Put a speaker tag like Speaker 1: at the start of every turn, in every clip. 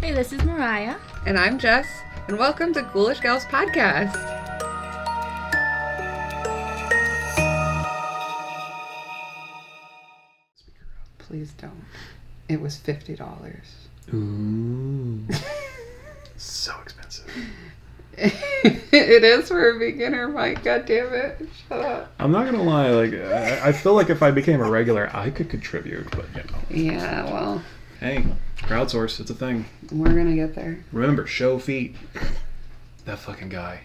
Speaker 1: Hey, this is Mariah.
Speaker 2: And I'm Jess, and welcome to Ghoulish Gals Podcast. Please don't. It was fifty dollars.
Speaker 3: Ooh. so expensive.
Speaker 2: it is for a beginner, Mike. God damn it! Shut up.
Speaker 3: I'm not gonna lie, like I, I feel like if I became a regular, I could contribute, but you know.
Speaker 2: Yeah, well,
Speaker 3: Hey, crowdsource, it's a thing.
Speaker 2: we're gonna get there.
Speaker 3: Remember, show feet. That fucking guy.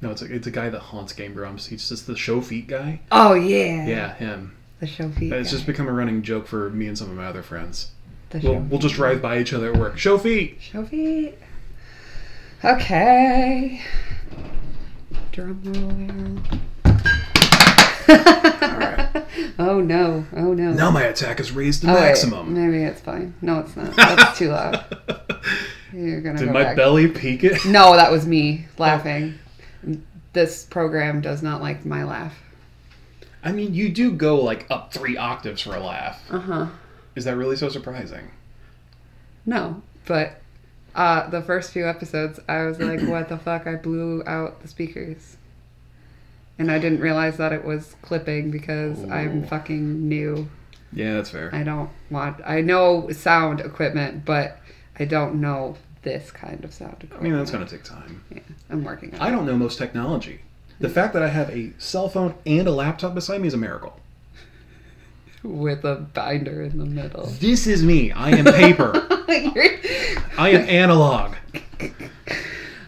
Speaker 3: No, it's a, it's a guy that haunts Game Grumps. He's just the show feet guy.
Speaker 2: Oh yeah.
Speaker 3: Yeah, him.
Speaker 2: The show feet.
Speaker 3: It's
Speaker 2: guy.
Speaker 3: just become a running joke for me and some of my other friends.
Speaker 2: the
Speaker 3: We'll,
Speaker 2: show
Speaker 3: we'll just ride by each other at work. Show feet.
Speaker 2: Show feet. Okay. Drum roll.
Speaker 3: right.
Speaker 2: oh no! Oh no!
Speaker 3: Now my attack is raised to
Speaker 2: Oh, wait.
Speaker 3: maximum.
Speaker 2: Maybe it's fine. No, it's not. That's too loud. You're gonna
Speaker 3: Did
Speaker 2: go
Speaker 3: my
Speaker 2: back.
Speaker 3: belly peak it?
Speaker 2: No, that was me laughing. This program does not like my laugh.
Speaker 3: I mean, you do go like up three octaves for a laugh.
Speaker 2: Uh huh.
Speaker 3: Is that really so surprising?
Speaker 2: No, but uh, the first few episodes, I was like, "What the fuck?" I blew out the speakers, and I didn't realize that it was clipping because I'm
Speaker 3: Ooh.
Speaker 2: fucking new.
Speaker 3: Yeah, that's fair.
Speaker 2: I don't want. I know sound equipment, but I don't know this kind of sound
Speaker 3: I
Speaker 2: equipment.
Speaker 3: mean, that's going to take time.
Speaker 2: I'm working on. it.
Speaker 3: I don't know most technology. The fact that I have a cell phone and a laptop beside me is a miracle.
Speaker 2: with a binder in the middle.
Speaker 3: This is me. I am paper.
Speaker 2: You're-
Speaker 3: I am analog.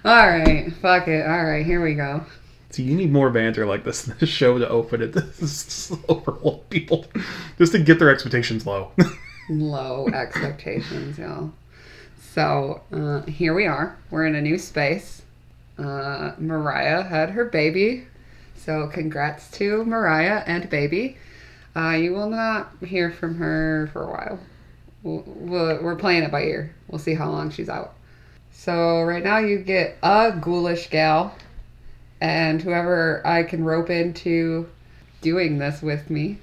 Speaker 2: All right, fuck it. All right, here we go.
Speaker 3: See, you need more banter like this in this show to open it. This is overall people just to get their expectations low.
Speaker 2: low expectations, y'all. So uh, here we are. We're in a new space. Uh, Mariah had her baby. So congrats to Mariah and baby. Uh, you will not hear from her for a while. We'll, we'll, we're playing it by ear. We'll see how long she's out. So right now you get a ghoulish gal, and whoever I can rope into doing this with me.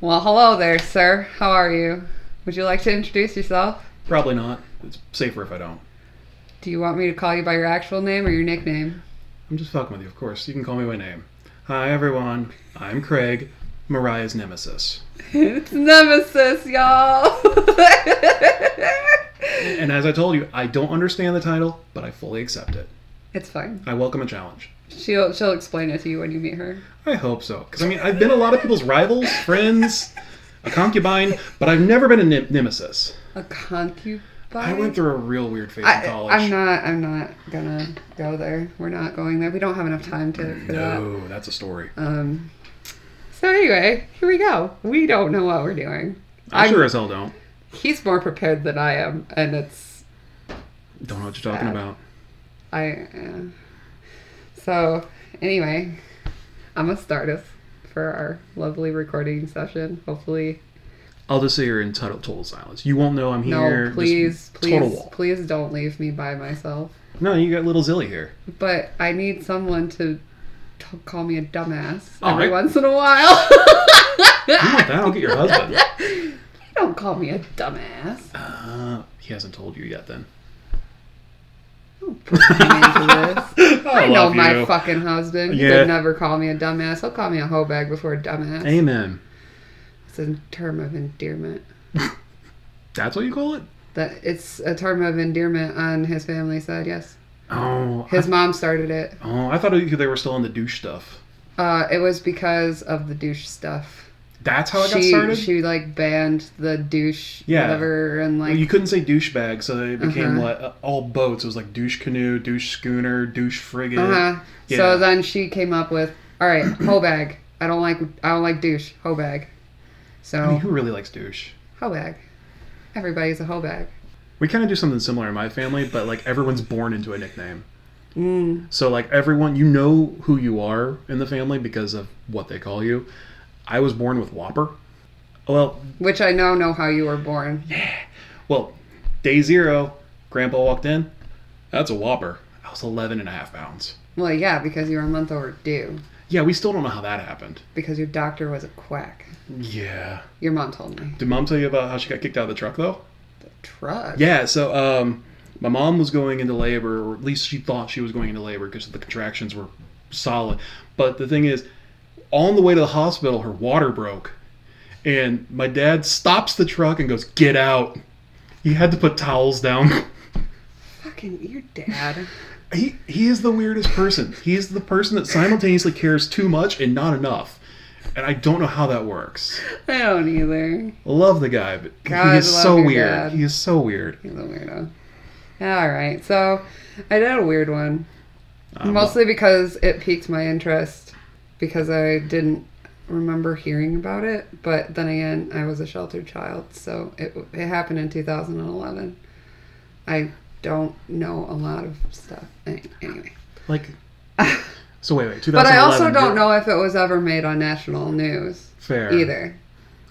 Speaker 2: Well, hello there, sir. How are you? Would you like to introduce yourself?
Speaker 3: Probably not. It's safer if I don't.
Speaker 2: Do you want me to call you by your actual name or your nickname?
Speaker 3: I'm just fucking with you, of course. You can call me by name. Hi, everyone. I'm Craig, Mariah's nemesis.
Speaker 2: it's Nemesis, y'all.
Speaker 3: And as I told you, I don't understand the title, but I fully accept it.
Speaker 2: it's fine.
Speaker 3: I welcome a challenge.
Speaker 2: She'll she'll explain it to you when you meet her.
Speaker 3: I hope so. Because, I mean, I've been a lot of people's rivals, friends, a concubine, but I've never been a ne- nemesis.
Speaker 2: A concubine.
Speaker 3: I went through a real weird phase in college.
Speaker 2: I, am not. I'm not gonna go there. We're not going there. We don't have enough time to. For that.
Speaker 3: No, Oh, that's a story.
Speaker 2: Um. So anyway, here we go. We don't know what we're doing.
Speaker 3: I
Speaker 2: I'm-
Speaker 3: sure as hell don't.
Speaker 2: He's more prepared than I am, and it's
Speaker 3: Don't know what you're talking
Speaker 2: Bad.
Speaker 3: about.
Speaker 2: I. Uh, so, anyway, I'm a stardust for our lovely recording session. Hopefully,
Speaker 3: I'll just sit here in total, total silence. You won't know I'm here.
Speaker 2: no,
Speaker 3: Just
Speaker 2: please,
Speaker 3: Total
Speaker 2: please,
Speaker 3: wall.
Speaker 2: please don't leave me by myself.
Speaker 3: No, you got little Zilly here.
Speaker 2: But I need someone to t- call me a dumbass
Speaker 3: All
Speaker 2: every
Speaker 3: right.
Speaker 2: once in a while.
Speaker 3: You want that? I'll get your husband.
Speaker 2: don't call me a dumbass.
Speaker 3: Uh, he hasn't told you yet, then.
Speaker 2: I'm into this. I, know
Speaker 3: love
Speaker 2: my
Speaker 3: you.
Speaker 2: fucking husband. He
Speaker 3: Yeah.
Speaker 2: would never call me a dumbass. He'll call me a hoe bag before a dumbass.
Speaker 3: Amen.
Speaker 2: It's a term of endearment.
Speaker 3: That's what you call it?
Speaker 2: That it's uh, a term of endearment on his family side. Yes,
Speaker 3: Oh, I-
Speaker 2: his mom started it.
Speaker 3: oh, I thought they were still on the douche stuff.
Speaker 2: Uh, it was because of the douche stuff.
Speaker 3: That's how it got
Speaker 2: she
Speaker 3: started.
Speaker 2: she like banned the douche
Speaker 3: Yeah.
Speaker 2: whatever and like
Speaker 3: you couldn't say douchebag, so it became
Speaker 2: Uh-huh.
Speaker 3: like uh, all boats. It was like douche canoe, douche schooner, douche frigate.
Speaker 2: uh-huh.
Speaker 3: Yeah.
Speaker 2: So then she came up with all right, hoe bag. I don't like I don't like douche hoe bag.
Speaker 3: I mean,
Speaker 2: So
Speaker 3: who really likes douche?
Speaker 2: hoe bag. Everybody's a hoe bag.
Speaker 3: We kind of do something similar in my family, but like everyone's born into a nickname.
Speaker 2: Mm.
Speaker 3: So like everyone, you know who you are in the family because of what they call you. I was born with Whopper. Well,
Speaker 2: Which I now know how you were born.
Speaker 3: well, day zero, Grandpa walked in. That's a Whopper. I was 11 and a half pounds.
Speaker 2: Well, yeah, because you were a month overdue.
Speaker 3: Yeah, we still don't know how that happened.
Speaker 2: Because your doctor was a quack.
Speaker 3: Yeah.
Speaker 2: Your mom told me.
Speaker 3: Did mom tell you about how she got kicked out of the truck though?
Speaker 2: truck.
Speaker 3: Yeah, so um, my mom was going into labor, or at least she thought she was going into labor because the contractions were solid. But the thing is, on the way to the hospital, her water broke, and my dad stops the truck and goes, "Get out!" He had to put towels down.
Speaker 2: Fucking your dad.
Speaker 3: he he is the weirdest person. He is the person that simultaneously cares too much and not enough. And I don't know how that works.
Speaker 2: I don't either.
Speaker 3: Love the guy, but
Speaker 2: God,
Speaker 3: he is
Speaker 2: love
Speaker 3: so
Speaker 2: your
Speaker 3: weird.
Speaker 2: dad.
Speaker 3: He is so weird.
Speaker 2: He's a weirdo. All right, so I did a weird one,
Speaker 3: Um,
Speaker 2: mostly because it piqued my interest because I didn't remember hearing about it. But then again, I was a sheltered child, so it it happened in 2011. I don't know a lot of stuff Any- anyway,
Speaker 3: like, so wait, wait. 2011,
Speaker 2: but I also don't
Speaker 3: you're-
Speaker 2: know if it was ever made on national news
Speaker 3: fair
Speaker 2: either.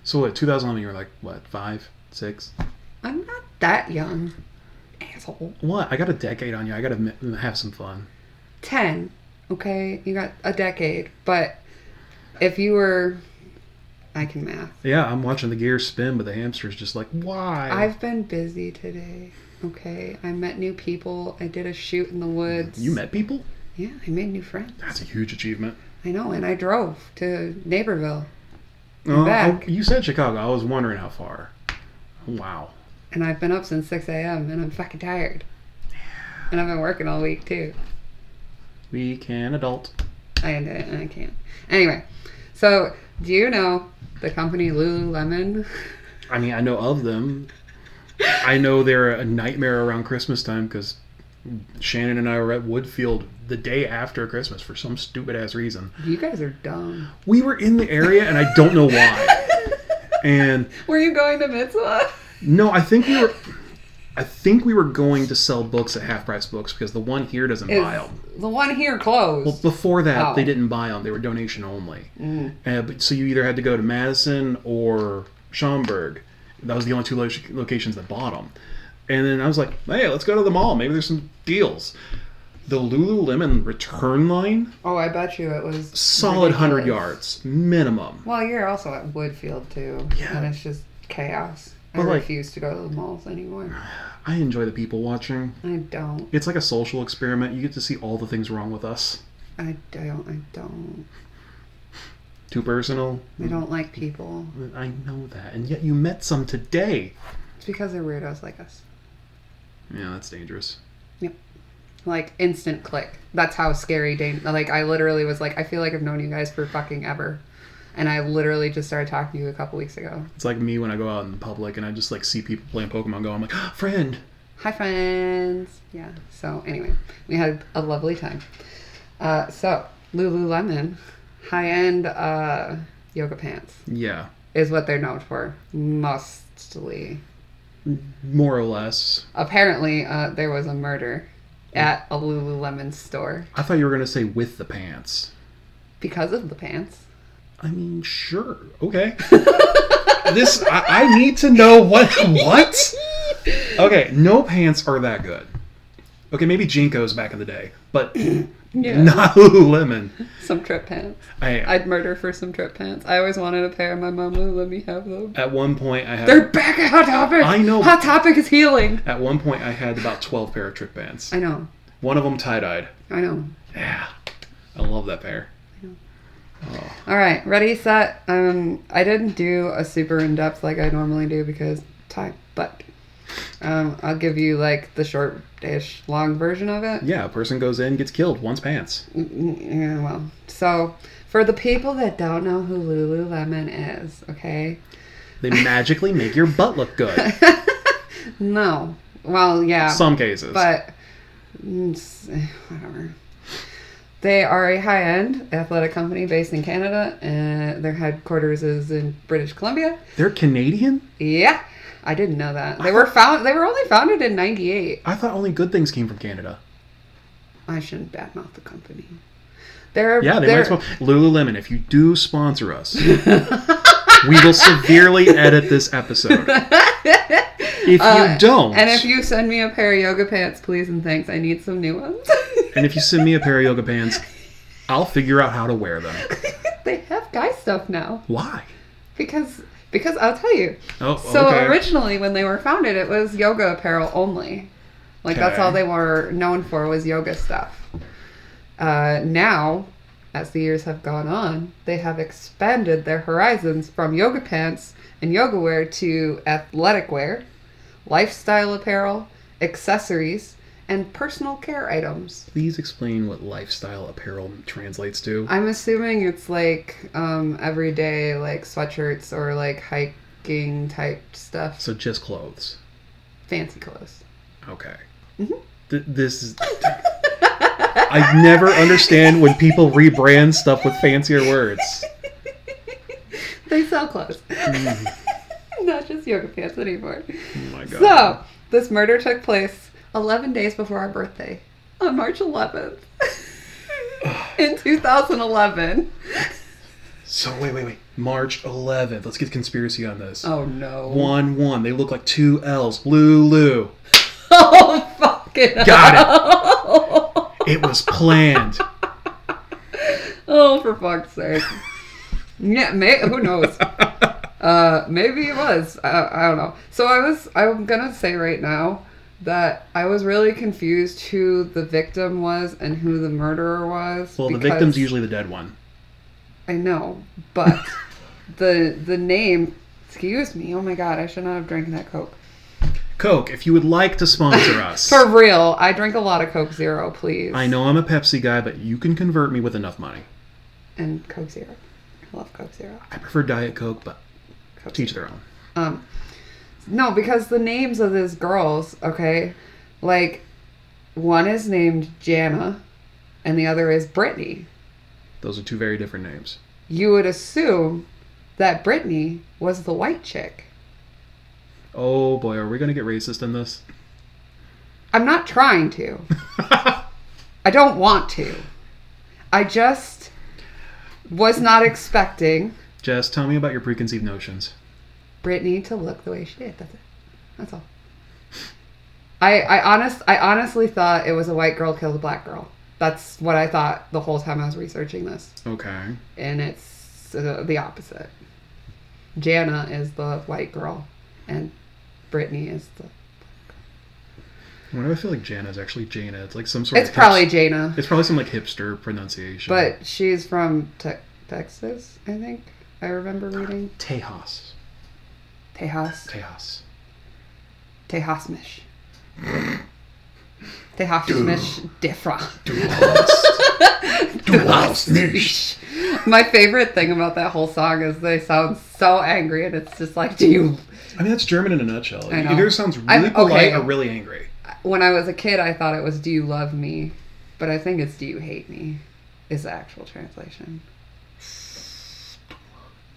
Speaker 3: So what? 2011, you were like what? Five, six?
Speaker 2: I'm not that young, asshole.
Speaker 3: What? I got a decade on you. I gotta m- have some fun.
Speaker 2: 10 okay you got a decade but if you were i can math
Speaker 3: Yeah, I'm watching the gears spin, but the hamster's just like, why?
Speaker 2: i've been busy today okay i met new people i did a shoot in the woods
Speaker 3: you met people?
Speaker 2: yeah i made new friends
Speaker 3: That's a huge achievement.
Speaker 2: i know and i drove to neighborville
Speaker 3: Oh,
Speaker 2: back.
Speaker 3: oh, you said Chicago. I was wondering how far. Wow.
Speaker 2: and i've been up since 6 a.m and i'm fucking tired and i've been working all week too
Speaker 3: We can adult.
Speaker 2: i, I can't anyway so do you know the company lululemon
Speaker 3: I mean, I know of them. I know they're a nightmare around Christmas time because Shannon and I were at Woodfield the day after Christmas for some stupid ass reason.
Speaker 2: you guys are dumb
Speaker 3: We were in the area, and I don't know why. And
Speaker 2: Were you going to mitzvah?
Speaker 3: no, I think we were. I think we were going to sell books at half price books because the one here doesn't
Speaker 2: Is
Speaker 3: buy them.
Speaker 2: the one here closed?
Speaker 3: Well, before that,
Speaker 2: Oh. Mm.
Speaker 3: they didn't buy them; they were donation only. Uh, but, so you either had to go to Madison or Schaumburg. That was the only two lo- locations that bought them. And then I was like, hey, let's go to the mall. Maybe there's some deals. The Lululemon return line,
Speaker 2: oh, I bet you it was
Speaker 3: solid hundred
Speaker 2: ridiculous.
Speaker 3: yards minimum.
Speaker 2: Well, you're also at Woodfield too,
Speaker 3: Yeah.
Speaker 2: and it's just chaos. I
Speaker 3: But, like-
Speaker 2: refuse to go to the malls anymore.
Speaker 3: I enjoy the people watching.
Speaker 2: I don't.
Speaker 3: It's like a social experiment. You get to see all the things wrong with us.
Speaker 2: I don't. I don't.
Speaker 3: Too personal.
Speaker 2: I don't like people.
Speaker 3: I know that, and yet you met some today.
Speaker 2: It's because they're weirdos like us.
Speaker 3: Yeah, that's dangerous.
Speaker 2: Like instant click. That's how scary. Dan- like I literally was like, I feel like I've known you guys for fucking ever, and I literally just started talking to you a couple weeks ago.
Speaker 3: It's like me when I go out in public and I just like see people playing Pokemon Go. I'm like, "Ah, friend.
Speaker 2: Hi, friends. Yeah. So, anyway, we had a lovely time. Uh, so, Lululemon, high end uh, yoga pants
Speaker 3: Yeah,
Speaker 2: is what they're known for, mostly.
Speaker 3: more or less.
Speaker 2: Apparently, uh, there was a murder at a Lululemon store
Speaker 3: I thought you were gonna say with the pants.
Speaker 2: because of the pants.
Speaker 3: I mean, sure, okay. this I, I need to know what what. Okay, no pants are that good. Okay, maybe Jinkos back in the day, but
Speaker 2: Yeah.
Speaker 3: not Lululemon.
Speaker 2: Some trip pants.
Speaker 3: I,
Speaker 2: I'd murder for some trip pants. I always wanted a pair. My mom would let me have them.
Speaker 3: at one point I had
Speaker 2: They're back at Hot Topic.
Speaker 3: I know.
Speaker 2: Hot Topic is healing.
Speaker 3: at one point I had about twelve pair of trip pants.
Speaker 2: I know.
Speaker 3: One of them tie dyed.
Speaker 2: I know.
Speaker 3: Yeah, I love that pair.
Speaker 2: All right, ready, set. Um, I didn't do a super in depth like I normally do because time, but um, I'll give you like the short ish long version of it.
Speaker 3: Yeah, a person goes in, gets killed, wants pants.
Speaker 2: Mm, mm, Yeah, well, so for the people that don't know who Lululemon is, okay,
Speaker 3: They magically make your butt look good.
Speaker 2: no, well, yeah,
Speaker 3: Some cases.
Speaker 2: but mm, s- whatever. They are a high end athletic company based in Canada, and their headquarters is in British Columbia.
Speaker 3: They're Canadian?
Speaker 2: Yeah, I didn't know that. They were found. They were only founded in '98.
Speaker 3: I thought only good things came from Canada.
Speaker 2: I shouldn't badmouth the company. They're
Speaker 3: Yeah, they
Speaker 2: they're,
Speaker 3: might as well. Lululemon, if you do sponsor us, we will severely edit this episode. If you don't,
Speaker 2: Uh, And if you send me a pair of yoga pants, please and thanks, I need some new ones.
Speaker 3: and if you send me a pair of yoga pants, I'll figure out how to wear them.
Speaker 2: they have guy stuff now
Speaker 3: Why?
Speaker 2: because Because I'll tell you.
Speaker 3: Oh,
Speaker 2: So
Speaker 3: okay.
Speaker 2: originally, when they were founded, it was yoga apparel only. Like that's
Speaker 3: Okay.
Speaker 2: all they were known for was yoga stuff. Uh, now, as the years have gone on, they have expanded their horizons from yoga pants and yoga wear to athletic wear, lifestyle apparel, accessories, and personal care items.
Speaker 3: Please explain what lifestyle apparel translates to.
Speaker 2: I'm assuming it's like um, everyday like sweatshirts or like hiking type stuff,
Speaker 3: So just clothes.
Speaker 2: fancy clothes.
Speaker 3: Okay.
Speaker 2: Mm-hmm.
Speaker 3: Th- this is. I never understand when people rebrand stuff with fancier words.
Speaker 2: They sell clothes. Not just yoga pants anymore.
Speaker 3: Oh my god.
Speaker 2: So, this murder took place 11 days before our birthday on March 11th in 2011.
Speaker 3: So wait, wait, wait. March 11th. Let's get conspiracy on this.
Speaker 2: Oh no.
Speaker 3: One, one. They look like two L's. Lulu.
Speaker 2: Oh, fucking Got it.
Speaker 3: It was planned.
Speaker 2: oh, for fuck's sake. Yeah, may- who knows? Uh, maybe it was. I, I don't know. So I was. I'm gonna say right now that I was really confused who the victim was and who the murderer was.
Speaker 3: Well, the
Speaker 2: because-
Speaker 3: victim's usually the dead one.
Speaker 2: I know, but the the name. Excuse me. Oh my god! I should not have drank that Coke.
Speaker 3: Coke, if you would like to sponsor us.
Speaker 2: For real, I drink a lot of Coke Zero, please.
Speaker 3: I know I'm a Pepsi guy, but you can convert me with enough money.
Speaker 2: And Coke Zero. I love Coke Zero.
Speaker 3: I prefer Diet Coke, but
Speaker 2: Coke
Speaker 3: teach their own.
Speaker 2: Um, no, because the names of these girls, okay, like one is named Jana, and the other is Brittany.
Speaker 3: Those are two very different names.
Speaker 2: You would assume that Brittany was the white chick.
Speaker 3: Oh boy, are we going to get racist in this?
Speaker 2: I'm not trying to. I don't want to. I just was not expecting
Speaker 3: Jess, tell me about your preconceived notions.
Speaker 2: Brittany to look the way she did. That's it. That's all. I I honest I honestly thought it was a white girl killed a black girl. That's what I thought the whole time I was researching this,
Speaker 3: Okay.
Speaker 2: and it's uh, the opposite. Jana is the white girl, and Brittany is the.
Speaker 3: Whenever I feel like Jana is actually Jana, it's like some sort
Speaker 2: It's
Speaker 3: of.
Speaker 2: probably
Speaker 3: hips-
Speaker 2: Jana,
Speaker 3: It's probably some like hipster pronunciation.
Speaker 2: but she's from te- Texas, I think. I remember reading
Speaker 3: Tejas.
Speaker 2: Tejas
Speaker 3: Tejas.
Speaker 2: Tejasmish. Tejasmish different. My favorite thing about that whole song is they sound so angry, and it's just like, do you?
Speaker 3: I mean, that's German in a nutshell.
Speaker 2: I
Speaker 3: It
Speaker 2: know.
Speaker 3: either sounds really
Speaker 2: I'm- okay.
Speaker 3: polite or really angry.
Speaker 2: When I was a kid, I thought it was "Do you love me," but I think it's "Do you hate me?" is the actual translation.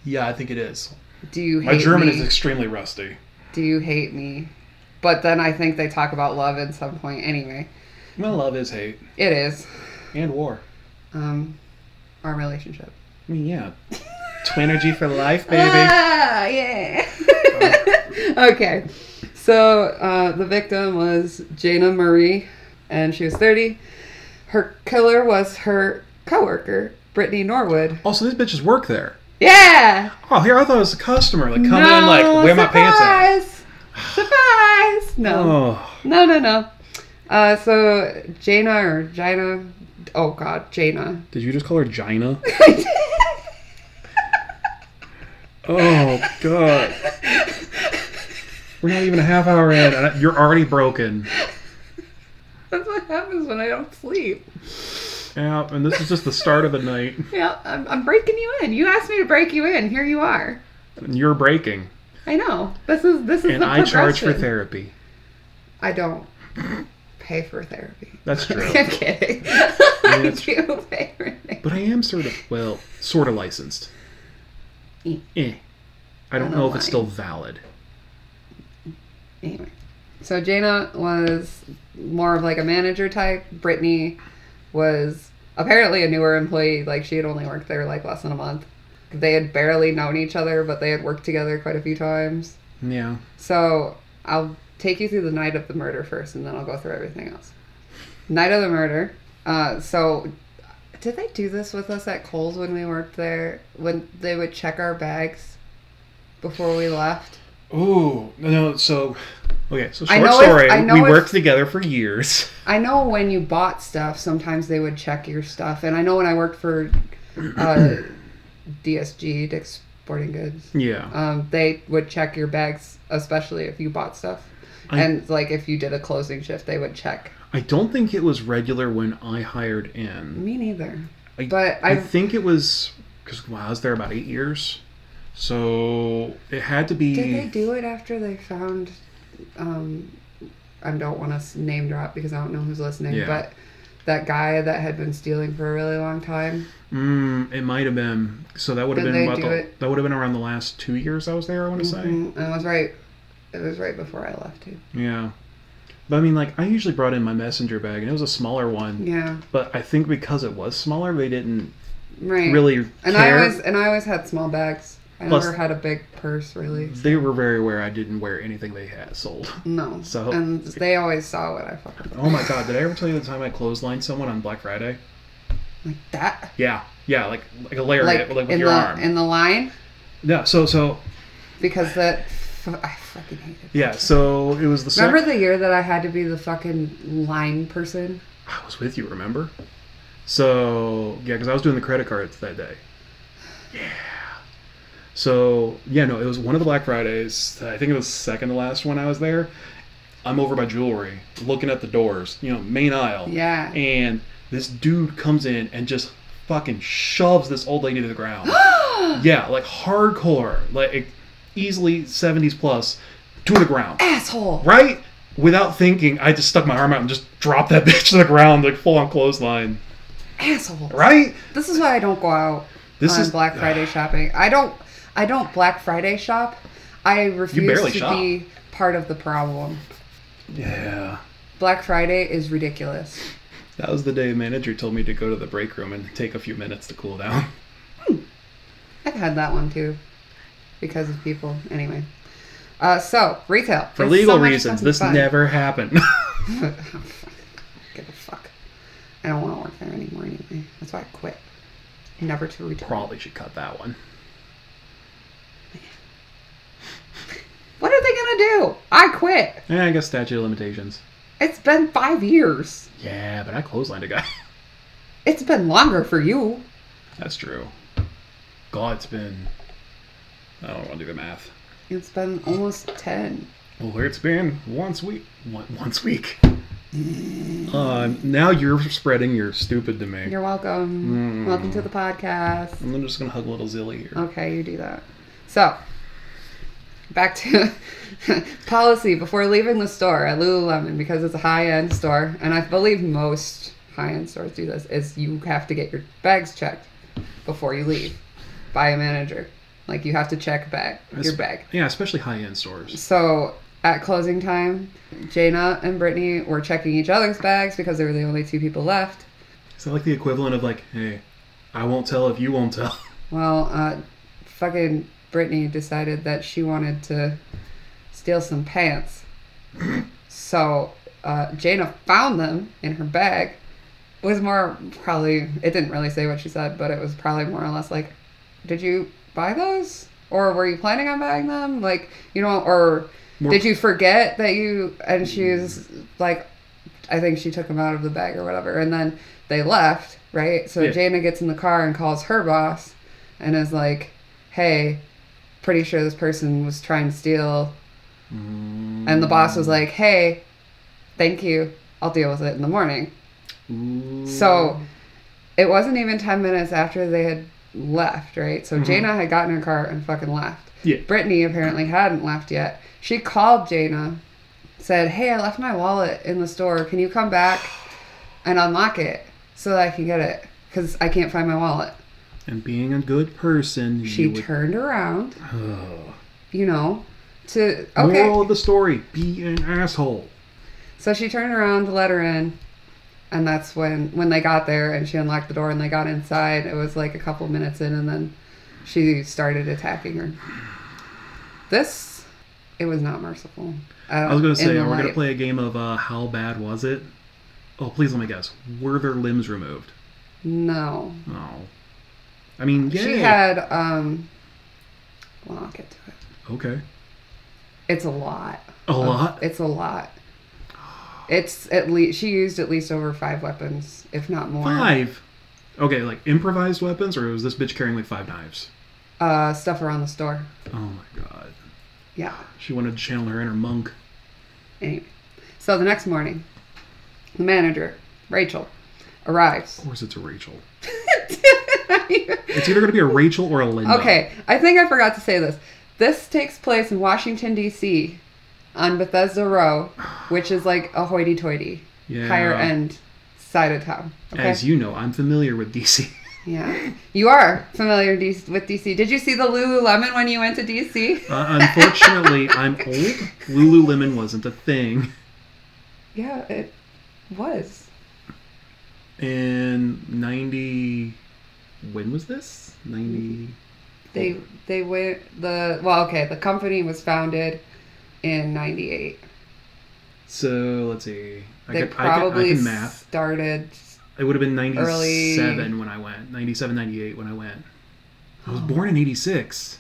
Speaker 3: Yeah, I think it is.
Speaker 2: Do you hate
Speaker 3: My German
Speaker 2: me?
Speaker 3: is extremely rusty.
Speaker 2: do you hate me? But then I think they talk about love at some point. Anyway,
Speaker 3: Well, love is hate
Speaker 2: it is
Speaker 3: and war.
Speaker 2: um, our relationship.
Speaker 3: I mean, yeah. Twinergy for life,
Speaker 2: Ah, yeah. okay. So uh, the victim was Jana Marie, and she was 30. Her killer was her coworker, Brittany Norwood.
Speaker 3: Also, these bitches work there.
Speaker 2: Yeah.
Speaker 3: Oh, here I thought it was a customer. Like, come in, like, wear my pants out.
Speaker 2: surprise! Surprise! No.
Speaker 3: Oh,
Speaker 2: No, no, no. Uh, so Jana or Jana. Oh, God. Jana.
Speaker 3: did you just call her Gina? Oh God, we're not even a half hour in, and I- you're already broken.
Speaker 2: That's what happens when I don't sleep.
Speaker 3: Yeah, and this is just the start of the night.
Speaker 2: Yeah, I'm, I'm breaking you in. You asked me to break you in. Here you are.
Speaker 3: And you're breaking,
Speaker 2: I know. This is this is
Speaker 3: and
Speaker 2: the
Speaker 3: I charge for
Speaker 2: progression.
Speaker 3: therapy.
Speaker 2: I don't pay for therapy.
Speaker 3: That's true.
Speaker 2: I'm kidding. I
Speaker 3: that's-
Speaker 2: do pay for therapy.
Speaker 3: But I am sort of, well, sort of licensed.
Speaker 2: Eh.
Speaker 3: Eh. I don't
Speaker 2: Don't
Speaker 3: know if it's
Speaker 2: lie.
Speaker 3: still valid.
Speaker 2: Anyway, so Jana was more of like a manager type. Brittany was apparently a newer employee. Like she had only worked there like less than a month. They had barely known each other, but they had worked together quite a few times.
Speaker 3: Yeah.
Speaker 2: So I'll take you through the night of the murder first, and then I'll go through everything else. Night of the murder. Uh, so did they do this with us at Kohl's when we worked there? When they would check our bags? before we left?
Speaker 3: Oh no! So okay, so
Speaker 2: I
Speaker 3: short
Speaker 2: know if-
Speaker 3: story.
Speaker 2: I know
Speaker 3: we
Speaker 2: if-
Speaker 3: worked together for years.
Speaker 2: I know when you bought stuff, sometimes they would check your stuff, and I know when I worked for uh, DSG, Dick's Sporting Goods,
Speaker 3: Yeah.
Speaker 2: um, they would check your bags, especially if you bought stuff,
Speaker 3: I-
Speaker 2: and like if you did a closing shift, they would check.
Speaker 3: I don't think it was regular when I hired in.
Speaker 2: Me neither.
Speaker 3: I-
Speaker 2: but
Speaker 3: I
Speaker 2: I've-
Speaker 3: think it was because well, I was there about eight years, so it had to be.
Speaker 2: Did they do it after they found? Um, I don't want to name drop because I don't know who's listening,
Speaker 3: Yeah.
Speaker 2: but that guy that had been stealing for a really long time.
Speaker 3: Mm, it might have been. So that would have
Speaker 2: Did
Speaker 3: been
Speaker 2: they
Speaker 3: about
Speaker 2: do
Speaker 3: the,
Speaker 2: it?
Speaker 3: that would have been around the last two years I was there. I want to say.
Speaker 2: Mhm, And it was right. It was right before I left too.
Speaker 3: Yeah. But I mean, like I usually brought in my messenger bag, and it was a smaller one.
Speaker 2: Yeah.
Speaker 3: But I think because it was smaller, they didn't
Speaker 2: Right.
Speaker 3: really
Speaker 2: Mm. And I
Speaker 3: care.
Speaker 2: always and I always had small bags. I
Speaker 3: Plus- Mm-hmm.
Speaker 2: never had a big purse really.
Speaker 3: They were very aware I didn't wear anything they had sold.
Speaker 2: No.
Speaker 3: So-
Speaker 2: and they always saw what I fucking
Speaker 3: Oh my god! Did I ever tell you the time I clotheslined someone on Black Friday?
Speaker 2: like that.
Speaker 3: Yeah, yeah, like like a layer
Speaker 2: Like,
Speaker 3: hit, like with
Speaker 2: in
Speaker 3: your
Speaker 2: the
Speaker 3: arm.
Speaker 2: in the line
Speaker 3: yeah, so so
Speaker 2: because that fu- I fucking hate it.
Speaker 3: yeah, so it was the sec-
Speaker 2: Remember the year that I had to be the fucking line person?
Speaker 3: I was with you, remember? So yeah, because I was doing the credit cards that day. Yeah. So yeah, no, it was one of the Black Fridays. I think it was the second to last one I was there. I'm over by jewelry, looking at the doors, you know, main aisle.
Speaker 2: Yeah.
Speaker 3: And this dude comes in and just fucking shoves this old lady to the ground. yeah, like hardcore, like easily 70s plus to the ground.
Speaker 2: Asshole.
Speaker 3: Right? Without thinking, I just stuck my arm out and just dropped that bitch to the ground, like full on clothesline.
Speaker 2: Asshole.
Speaker 3: Right?
Speaker 2: This is why I don't go out
Speaker 3: This
Speaker 2: on
Speaker 3: is-
Speaker 2: Black Friday shopping. I don't I don't Black Friday shop. I refuse
Speaker 3: barely
Speaker 2: to
Speaker 3: shop.
Speaker 2: be part of the problem.
Speaker 3: Yeah.
Speaker 2: Black Friday is ridiculous.
Speaker 3: That was the day the manager told me to go to the break room and take a few minutes to cool down.
Speaker 2: I've had that one too, because of people. Anyway, uh, so retail
Speaker 3: For
Speaker 2: It's
Speaker 3: legal
Speaker 2: so much
Speaker 3: reasons,
Speaker 2: fucking
Speaker 3: this
Speaker 2: fun.
Speaker 3: never happened.
Speaker 2: Give a fuck. I don't want to work there anymore anyway. That's why I quit. Never to return.
Speaker 3: Probably should cut that one.
Speaker 2: What are they gonna do? I quit.
Speaker 3: Yeah, I guess statute of limitations.
Speaker 2: It's been five years.
Speaker 3: Yeah, but I clotheslined a guy.
Speaker 2: It's been longer for you.
Speaker 3: That's true. God, it's been. I don't want to do the math.
Speaker 2: It's been almost ten.
Speaker 3: Well, it's been once week. One, once week. Um, now you're spreading your stupid to me.
Speaker 2: You're welcome. Welcome to the podcast.
Speaker 3: I'm just gonna hug little Zilly here.
Speaker 2: Okay, you do that. So, back to policy before leaving the store at Lululemon because it's a high end store, and I believe most high end stores do this. Is you have to get your bags checked before you leave by a manager. Like you have to check bag your
Speaker 3: Es-
Speaker 2: bag.
Speaker 3: Yeah, especially high-end stores.
Speaker 2: So at closing time, Jaina and Brittany were checking each other's bags because they were the only two people left.
Speaker 3: Is that like the equivalent of like, hey, I won't tell if you won't tell?
Speaker 2: Well, uh, fucking Brittany decided that she wanted to steal some pants. so uh, Jana found them in her bag. It was more probably, it didn't really say what she said, but it was probably more or less like, did you buy those? Or were you planning on buying them? Like, you know, or
Speaker 3: More-
Speaker 2: did you forget that you, and she was like, I think she took them out of the bag or whatever. And then they left, right? So
Speaker 3: Yeah.
Speaker 2: Jana gets in the car and calls her boss and is like, hey, pretty sure this person was trying to steal.
Speaker 3: Mm.
Speaker 2: And the boss was like, hey, thank you. I'll deal with it in the morning. So it wasn't even 10 minutes after they had left, right? So Jana had gotten her car and fucking left.
Speaker 3: Mm-hmm. Yeah.
Speaker 2: Brittany apparently hadn't left yet. She called Jana, said, Hey, I left my wallet in the store. Can you come back and unlock it so that I can get it? Because I can't find my wallet.
Speaker 3: And being a good person,
Speaker 2: She
Speaker 3: you would.
Speaker 2: turned around,
Speaker 3: Ugh.
Speaker 2: you know, to. Okay.
Speaker 3: Moral of the story: be an asshole.
Speaker 2: So she turned around to let her in, and that's when when they got there and she unlocked the door and they got inside. It was like a couple minutes in, and then she started attacking her. This, it was not merciful.
Speaker 3: I was gonna say, we're gonna play a game of uh, how bad was it? Oh, please let me guess. Were their limbs removed?
Speaker 2: No,
Speaker 3: No. I mean, yeah.
Speaker 2: she had um. Well, I'll get to it.
Speaker 3: Okay.
Speaker 2: It's a lot.
Speaker 3: A lot?
Speaker 2: It's a lot. It's at least she used at least over five weapons, if not more.
Speaker 3: Five. Okay, like improvised weapons, or was this bitch carrying like five knives?
Speaker 2: Uh, stuff around the store.
Speaker 3: Oh my god.
Speaker 2: Yeah.
Speaker 3: She wanted to channel her inner monk.
Speaker 2: Anyway, so the next morning, the manager, Rachel, arrives.
Speaker 3: Of course, it's a Rachel. It's either going to be a Rachel or a Linda.
Speaker 2: Okay, I think I forgot to say this. This takes place in Washington D.C. on Bethesda Row, which is like a hoity-toity,
Speaker 3: Yeah.
Speaker 2: higher end side of town. Okay.
Speaker 3: As you know, I'm familiar with DC.
Speaker 2: yeah, you are familiar D- with D.C. Did you see the Lululemon when you went to D.C.?
Speaker 3: Uh, unfortunately, I'm old. Lululemon wasn't a thing.
Speaker 2: yeah, it was.
Speaker 3: In 90. When was this? 90.
Speaker 2: They they went the well okay the company was founded in '98.
Speaker 3: So, let's see. I
Speaker 2: They
Speaker 3: can, I,
Speaker 2: probably
Speaker 3: can, I can math.
Speaker 2: started.
Speaker 3: It would have been
Speaker 2: Early-
Speaker 3: 97 when I went. 97, 98 when I went. I was
Speaker 2: Oh.
Speaker 3: born in 86.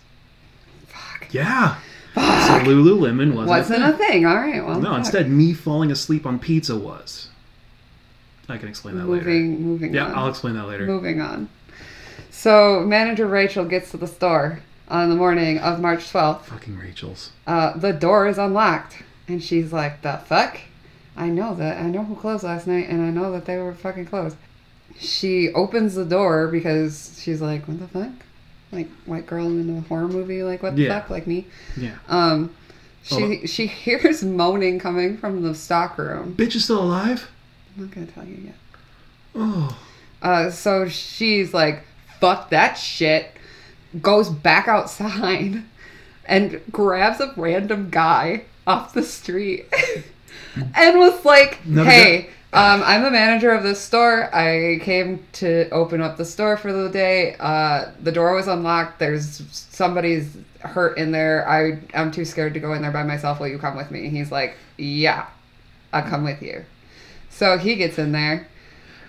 Speaker 2: Fuck.
Speaker 3: Yeah. So
Speaker 2: Fuck.
Speaker 3: Lululemon wasn't,
Speaker 2: Wasn't
Speaker 3: a
Speaker 2: a thing. All right. Well,
Speaker 3: thing. No,
Speaker 2: fuck.
Speaker 3: instead, me falling asleep on pizza was. I can explain that later.
Speaker 2: moving moving
Speaker 3: Yeah,
Speaker 2: on.
Speaker 3: I'll explain that later.
Speaker 2: Moving on. So manager Rachel gets to the store on the morning of March 12th.
Speaker 3: Fucking Rachel's.
Speaker 2: Uh, the door is unlocked, and she's like, "The fuck! I know that. I know who closed last night, and I know that they were fucking closed." She opens the door because she's like, "What the fuck?" Like white girl in a horror movie, like what the
Speaker 3: Yeah.
Speaker 2: fuck, like me.
Speaker 3: Yeah.
Speaker 2: Um,
Speaker 3: Hold
Speaker 2: she she hears moaning coming from the stock room.
Speaker 3: Bitch is still alive?
Speaker 2: I'm not gonna tell you yet.
Speaker 3: Oh.
Speaker 2: Uh, so she's like, fuck that shit, goes back outside and grabs a random guy off the street and was like,
Speaker 3: Another
Speaker 2: hey, um, I'm the manager of this store. I came to open up the store for the day. Uh, the door was unlocked. There's somebody's hurt in there. I, I'm too scared to go in there by myself. Will you come with me? And he's like, yeah, I'll come with you. So he gets in there.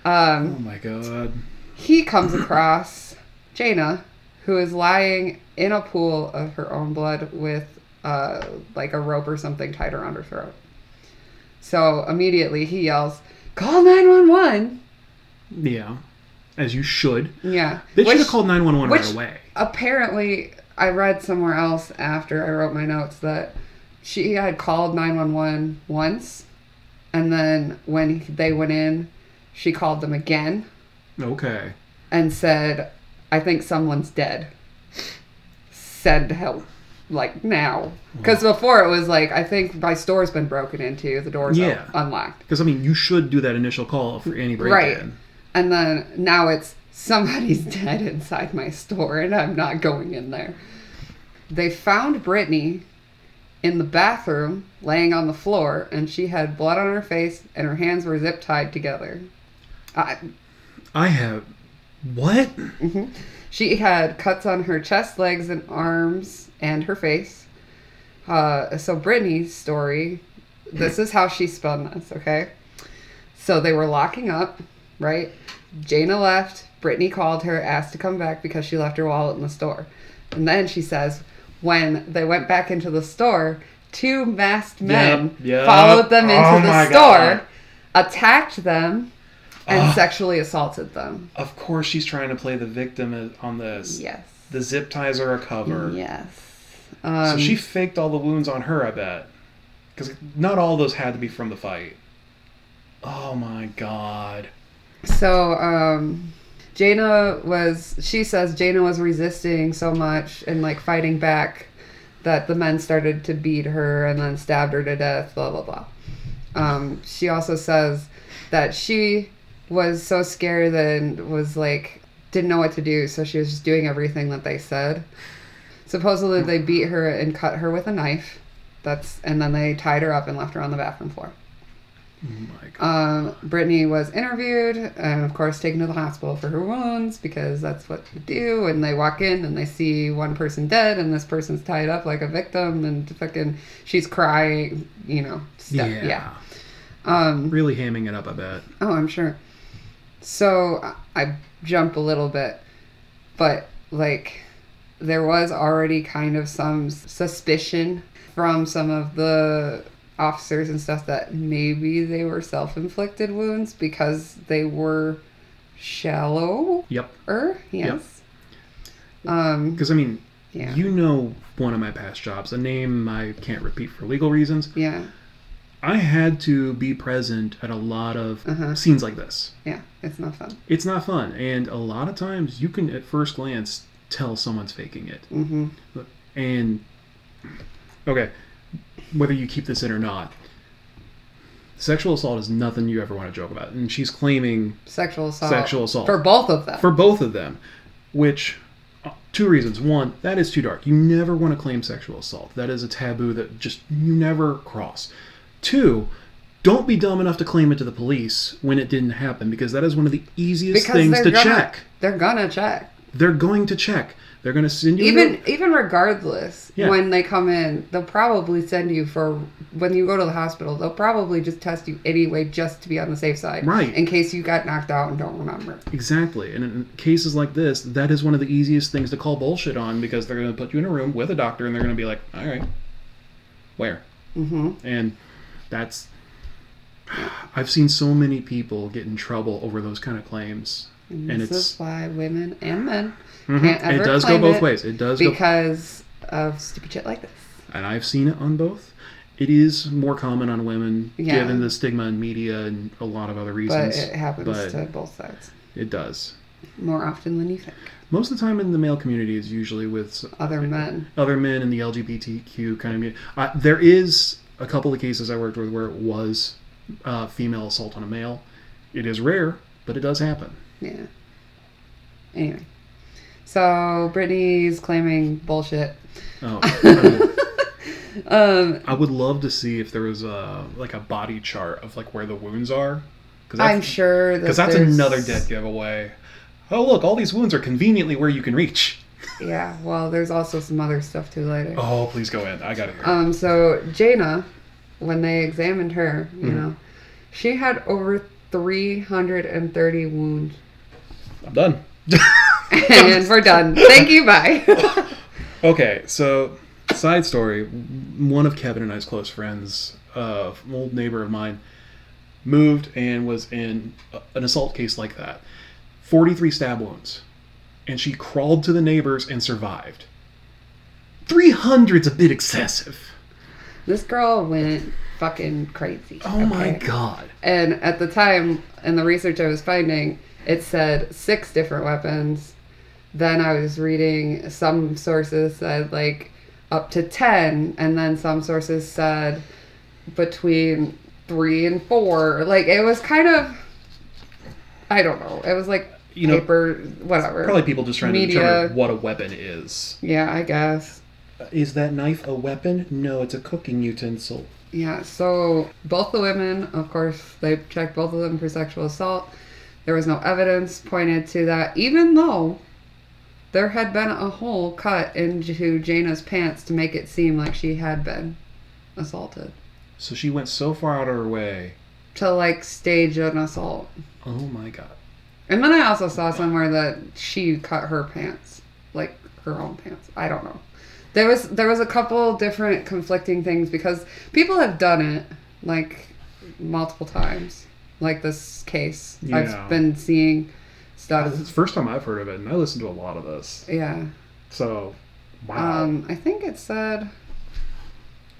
Speaker 2: Um,
Speaker 3: Oh my god.
Speaker 2: he comes across Jaina, who is lying in a pool of her own blood with uh, like a rope or something tied around her throat. So immediately he yells, "Call 911!"
Speaker 3: Yeah. As you should.
Speaker 2: Yeah,
Speaker 3: They
Speaker 2: Which
Speaker 3: should have called 911
Speaker 2: which-
Speaker 3: right away.
Speaker 2: Apparently, I read somewhere else after I wrote my notes that she had called 911 once, and then when they went in, she called them again
Speaker 3: Okay.
Speaker 2: and said, I think someone's dead. Send help. Like now. Because before it was like, I think my store's been broken into, the door's
Speaker 3: Yeah.
Speaker 2: un- unlocked.
Speaker 3: Because, I mean, you should do that initial call for any break in.
Speaker 2: Right. And then now it's somebody's dead inside my store and I'm not going in there. They found Brittany in the bathroom laying on the floor and she had blood on her face and her hands were zip tied together. I,
Speaker 3: I have. What?
Speaker 2: hmm She had cuts on her chest, legs, and arms, and her face. Uh, so Brittany's story. This is how she spun this. Okay. So they were locking up, right? Jana left. Brittany called her, asked to come back because she left her wallet in the store. And then she says, when they went back into the store, two masked men
Speaker 3: yep.
Speaker 2: followed them into
Speaker 3: Oh
Speaker 2: the
Speaker 3: my
Speaker 2: store, attacked them, and
Speaker 3: Ah.
Speaker 2: sexually assaulted them.
Speaker 3: Of course, she's trying to play the victim as- on this.
Speaker 2: Yes.
Speaker 3: The zip ties are a cover.
Speaker 2: Yes. Um,
Speaker 3: So she faked all the wounds on her, I bet. Because not all those had to be from the fight. Oh my god.
Speaker 2: so, um, Jaina was. She says Jaina was resisting so much and like fighting back that the men started to beat her and then stabbed her to death. Blah blah blah. Um, she also says that she was so scared and was like didn't know what to do, so she was just doing everything that they said. Supposedly they beat her and cut her with a knife. That's and then they tied her up and left her on the bathroom floor.
Speaker 3: Oh my god.
Speaker 2: Um, Brittany was interviewed and, of course, taken to the hospital for her wounds because that's what you do. And they walk in and they see one person dead, and this person's tied up like a victim, and fucking she's crying, you know, stuff. Yeah. Um,
Speaker 3: Really hamming it up, I bet.
Speaker 2: oh, I'm sure. So I I jump a little bit, but like there was already kind of some suspicion from some of the officers and stuff that maybe they were self-inflicted wounds because they were shallower.
Speaker 3: Yep.
Speaker 2: Yes. Um.
Speaker 3: Because I mean,
Speaker 2: Yeah.
Speaker 3: you know, one of my past jobs, a name I can't repeat for legal reasons.
Speaker 2: yeah.
Speaker 3: I had to be present at a lot of
Speaker 2: Uh-huh.
Speaker 3: scenes like this.
Speaker 2: Yeah. It's not fun.
Speaker 3: It's not fun, and a lot of times you can, at first glance, tell someone's faking it.
Speaker 2: Mm-hmm.
Speaker 3: And okay, whether you keep this in or not, sexual assault is nothing you ever want to joke about. And she's claiming
Speaker 2: Sexual assault.
Speaker 3: Sexual assault.
Speaker 2: for both of them.
Speaker 3: for both of them, which uh, two reasons. One, that is too dark. You never want to claim sexual assault. That is a taboo that just you never cross. Two, don't be dumb enough to claim it to the police when it didn't happen because that is one of the easiest
Speaker 2: because
Speaker 3: things
Speaker 2: they're
Speaker 3: to
Speaker 2: gonna,
Speaker 3: check.
Speaker 2: They're gonna check.
Speaker 3: They're going to check. They're going to send you
Speaker 2: even even regardless
Speaker 3: Yeah.
Speaker 2: when they come in they'll probably send you for when you go to the hospital they'll probably just test you anyway just to be on the safe side
Speaker 3: Right.
Speaker 2: in case you got knocked out and don't remember
Speaker 3: Exactly. And in cases like this, that is one of the easiest things to call bullshit on because they're going to put you in a room with a doctor and they're going to be like, all right, where?
Speaker 2: hmm
Speaker 3: And that's. I've seen so many people get in trouble over those kind of claims.
Speaker 2: and,
Speaker 3: And
Speaker 2: this
Speaker 3: it's-
Speaker 2: is why women and men
Speaker 3: Mhm.
Speaker 2: can't ever
Speaker 3: It does go
Speaker 2: claim
Speaker 3: both
Speaker 2: it
Speaker 3: ways. It does go.
Speaker 2: because of stupid shit like this
Speaker 3: And I've seen it on both. It is more common on women
Speaker 2: Yeah.
Speaker 3: given the stigma in media and a lot of other
Speaker 2: but
Speaker 3: reasons.
Speaker 2: it happens
Speaker 3: but-
Speaker 2: to both sides
Speaker 3: it does.
Speaker 2: more often than you think
Speaker 3: Most of the time in the male community is usually with
Speaker 2: other men
Speaker 3: other men in the LGBTQ kind of. mu- I, there is a couple of cases I worked with where it was uh, female assault on a male. It is rare, but it does happen.
Speaker 2: yeah anyway so brittany's claiming bullshit
Speaker 3: Oh, I, mean,
Speaker 2: um
Speaker 3: I would love to see if there was a like a body chart of like where the wounds are,
Speaker 2: I'm
Speaker 3: because
Speaker 2: sure that
Speaker 3: that's
Speaker 2: there's-
Speaker 3: another dead giveaway. Oh look, all these wounds are conveniently where you can reach.
Speaker 2: Yeah, well, there's also some other stuff too later.
Speaker 3: Oh, please go in. I gotta hear.
Speaker 2: Um, so Jaina, when they examined her, you
Speaker 3: Mhm.
Speaker 2: know, she had over 330 wounds,
Speaker 3: I'm done.
Speaker 2: and we're done. Thank you, bye.
Speaker 3: Okay, so side story. One of Kevin and I's close friends, uh, an old neighbor of mine, moved and was in a- an assault case like that. 43 stab wounds. And she crawled to the neighbors and survived. 300's a bit excessive.
Speaker 2: this girl went fucking crazy.
Speaker 3: Oh my
Speaker 2: okay?
Speaker 3: god.
Speaker 2: And at the time, in the research I was finding, it said six different weapons. Then I was reading some sources said like up to 10, and then some sources said between three and four. Like it was kind of, I don't know, it was like
Speaker 3: You know,
Speaker 2: paper, whatever.
Speaker 3: Probably people just trying to
Speaker 2: Media.
Speaker 3: determine what a weapon is.
Speaker 2: Yeah, I guess.
Speaker 3: Is that knife a weapon? No, it's a cooking utensil.
Speaker 2: Yeah, so both the women, of course, they checked both of them for sexual assault. There was no evidence pointed to that, even though there had been a hole cut into Jana's pants to make it seem like she had been assaulted.
Speaker 3: So she went so far out of her way.
Speaker 2: To like stage an assault.
Speaker 3: Oh my god.
Speaker 2: And then I also saw somewhere that she cut her pants, like her own pants. I don't know. There was there was a couple different conflicting things because people have done it like multiple times, like this case.
Speaker 3: Yeah.
Speaker 2: I've been seeing
Speaker 3: This is
Speaker 2: stuff.
Speaker 3: the first time I've heard of it, and I listen to a lot of this.
Speaker 2: Yeah.
Speaker 3: So, wow.
Speaker 2: Um, I think it said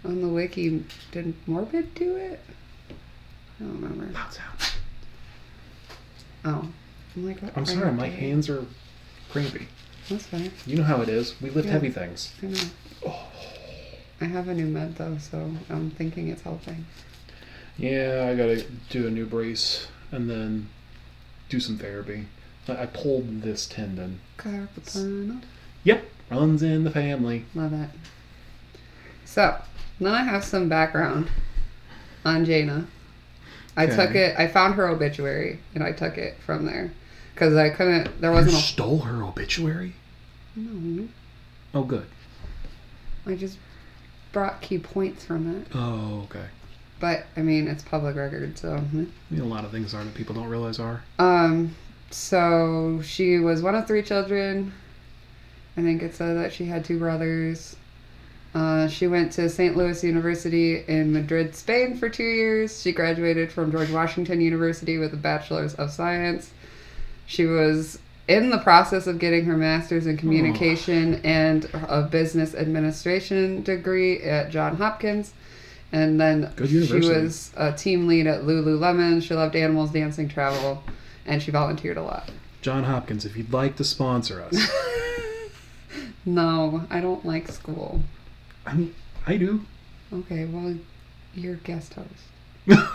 Speaker 2: on the wiki, did Morbid do it? I don't remember.
Speaker 3: Loud sound.
Speaker 2: Oh, I'm like, what
Speaker 3: I'm
Speaker 2: are you
Speaker 3: sorry, my
Speaker 2: doing?
Speaker 3: hands are crampy.
Speaker 2: That's fine.
Speaker 3: You know how it is. We lift
Speaker 2: Yeah.
Speaker 3: heavy things.
Speaker 2: I know. Hmm. I have a new med though, so I'm thinking it's helping.
Speaker 3: Yeah, I gotta do a new brace and then do some therapy. I, I pulled this tendon.
Speaker 2: Carpal tunnel.
Speaker 3: Yep, runs in the family.
Speaker 2: Love it. So, then I have some background on Jaina. I took
Speaker 3: Okay.
Speaker 2: it, I found her obituary and I took it from there. Because I couldn't, there wasn't a.
Speaker 3: stole her obituary?
Speaker 2: No,
Speaker 3: Oh, good.
Speaker 2: I just brought key points from it.
Speaker 3: Oh, okay.
Speaker 2: But, I mean, it's public record, so. hmm.
Speaker 3: I mean, a lot of things are that people don't realize are.
Speaker 2: Um, so she was one of three children. I think it said that she had two brothers. Uh, she went to St. Louis University in Madrid, Spain for two years. She graduated from George Washington University with a Bachelor's of Science. She was in the process of getting her master's in communication
Speaker 3: Oh.
Speaker 2: and a business administration degree at John Hopkins. And then
Speaker 3: Good
Speaker 2: she
Speaker 3: university.
Speaker 2: was a team lead at Lululemon. She loved animals, dancing, travel, and she volunteered a lot.
Speaker 3: John Hopkins, if you'd like to sponsor us,
Speaker 2: No, I don't like school.
Speaker 3: I mean, I do.
Speaker 2: Okay, well, you're guest host.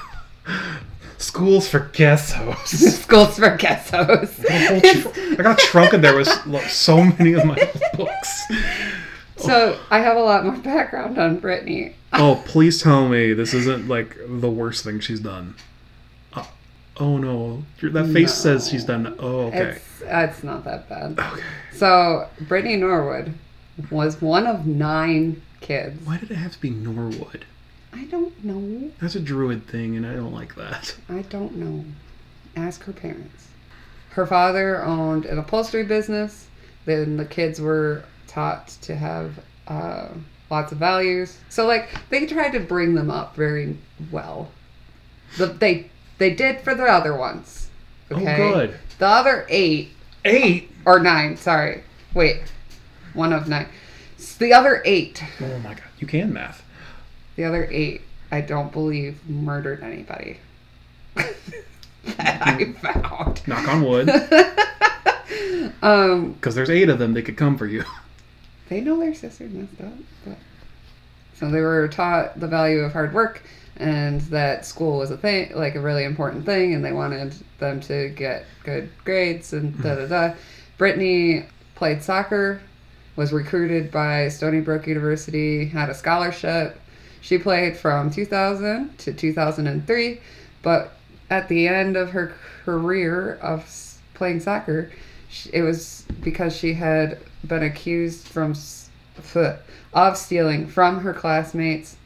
Speaker 3: Schools for guest hosts.
Speaker 2: Schools for guest hosts.
Speaker 3: I got a whole tr- I got a trunk in there with lo- so many of my books.
Speaker 2: so I have a lot more background on Brittany.
Speaker 3: Oh, please tell me this isn't like the worst thing she's done. Uh, oh no, Your- that face says she's done. Oh, okay.
Speaker 2: It's it's not that bad.
Speaker 3: Okay.
Speaker 2: So Brittany Norwood was one of nine kids.
Speaker 3: Why did it have to be Norwood?
Speaker 2: I don't know.
Speaker 3: That's a druid thing, and I don't like that.
Speaker 2: I don't know. Ask her parents. Her father owned an upholstery business. Then the kids were taught to have uh, lots of values. So like they tried to bring them up very well. The, they they did for the other ones. Okay.
Speaker 3: Oh, good.
Speaker 2: The other eight
Speaker 3: Eight.
Speaker 2: or nine. Sorry. Wait. One of nine. S- The other eight.
Speaker 3: Oh my god, you can math.
Speaker 2: The other eight. I don't believe murdered anybody. that I found.
Speaker 3: Knock on wood,
Speaker 2: Um,
Speaker 3: because there's eight of them. They could come for you.
Speaker 2: they know their sisters messed up, but so they were taught the value of hard work and that school was a thing, like a really important thing, and they wanted them to get good grades and da da da. Brittany played soccer, was recruited by Stony Brook University, had a scholarship. She played from 2000 to 2003, but at the end of her career of s- playing soccer, sh- it was because she had been accused from s- f- of stealing from her classmates,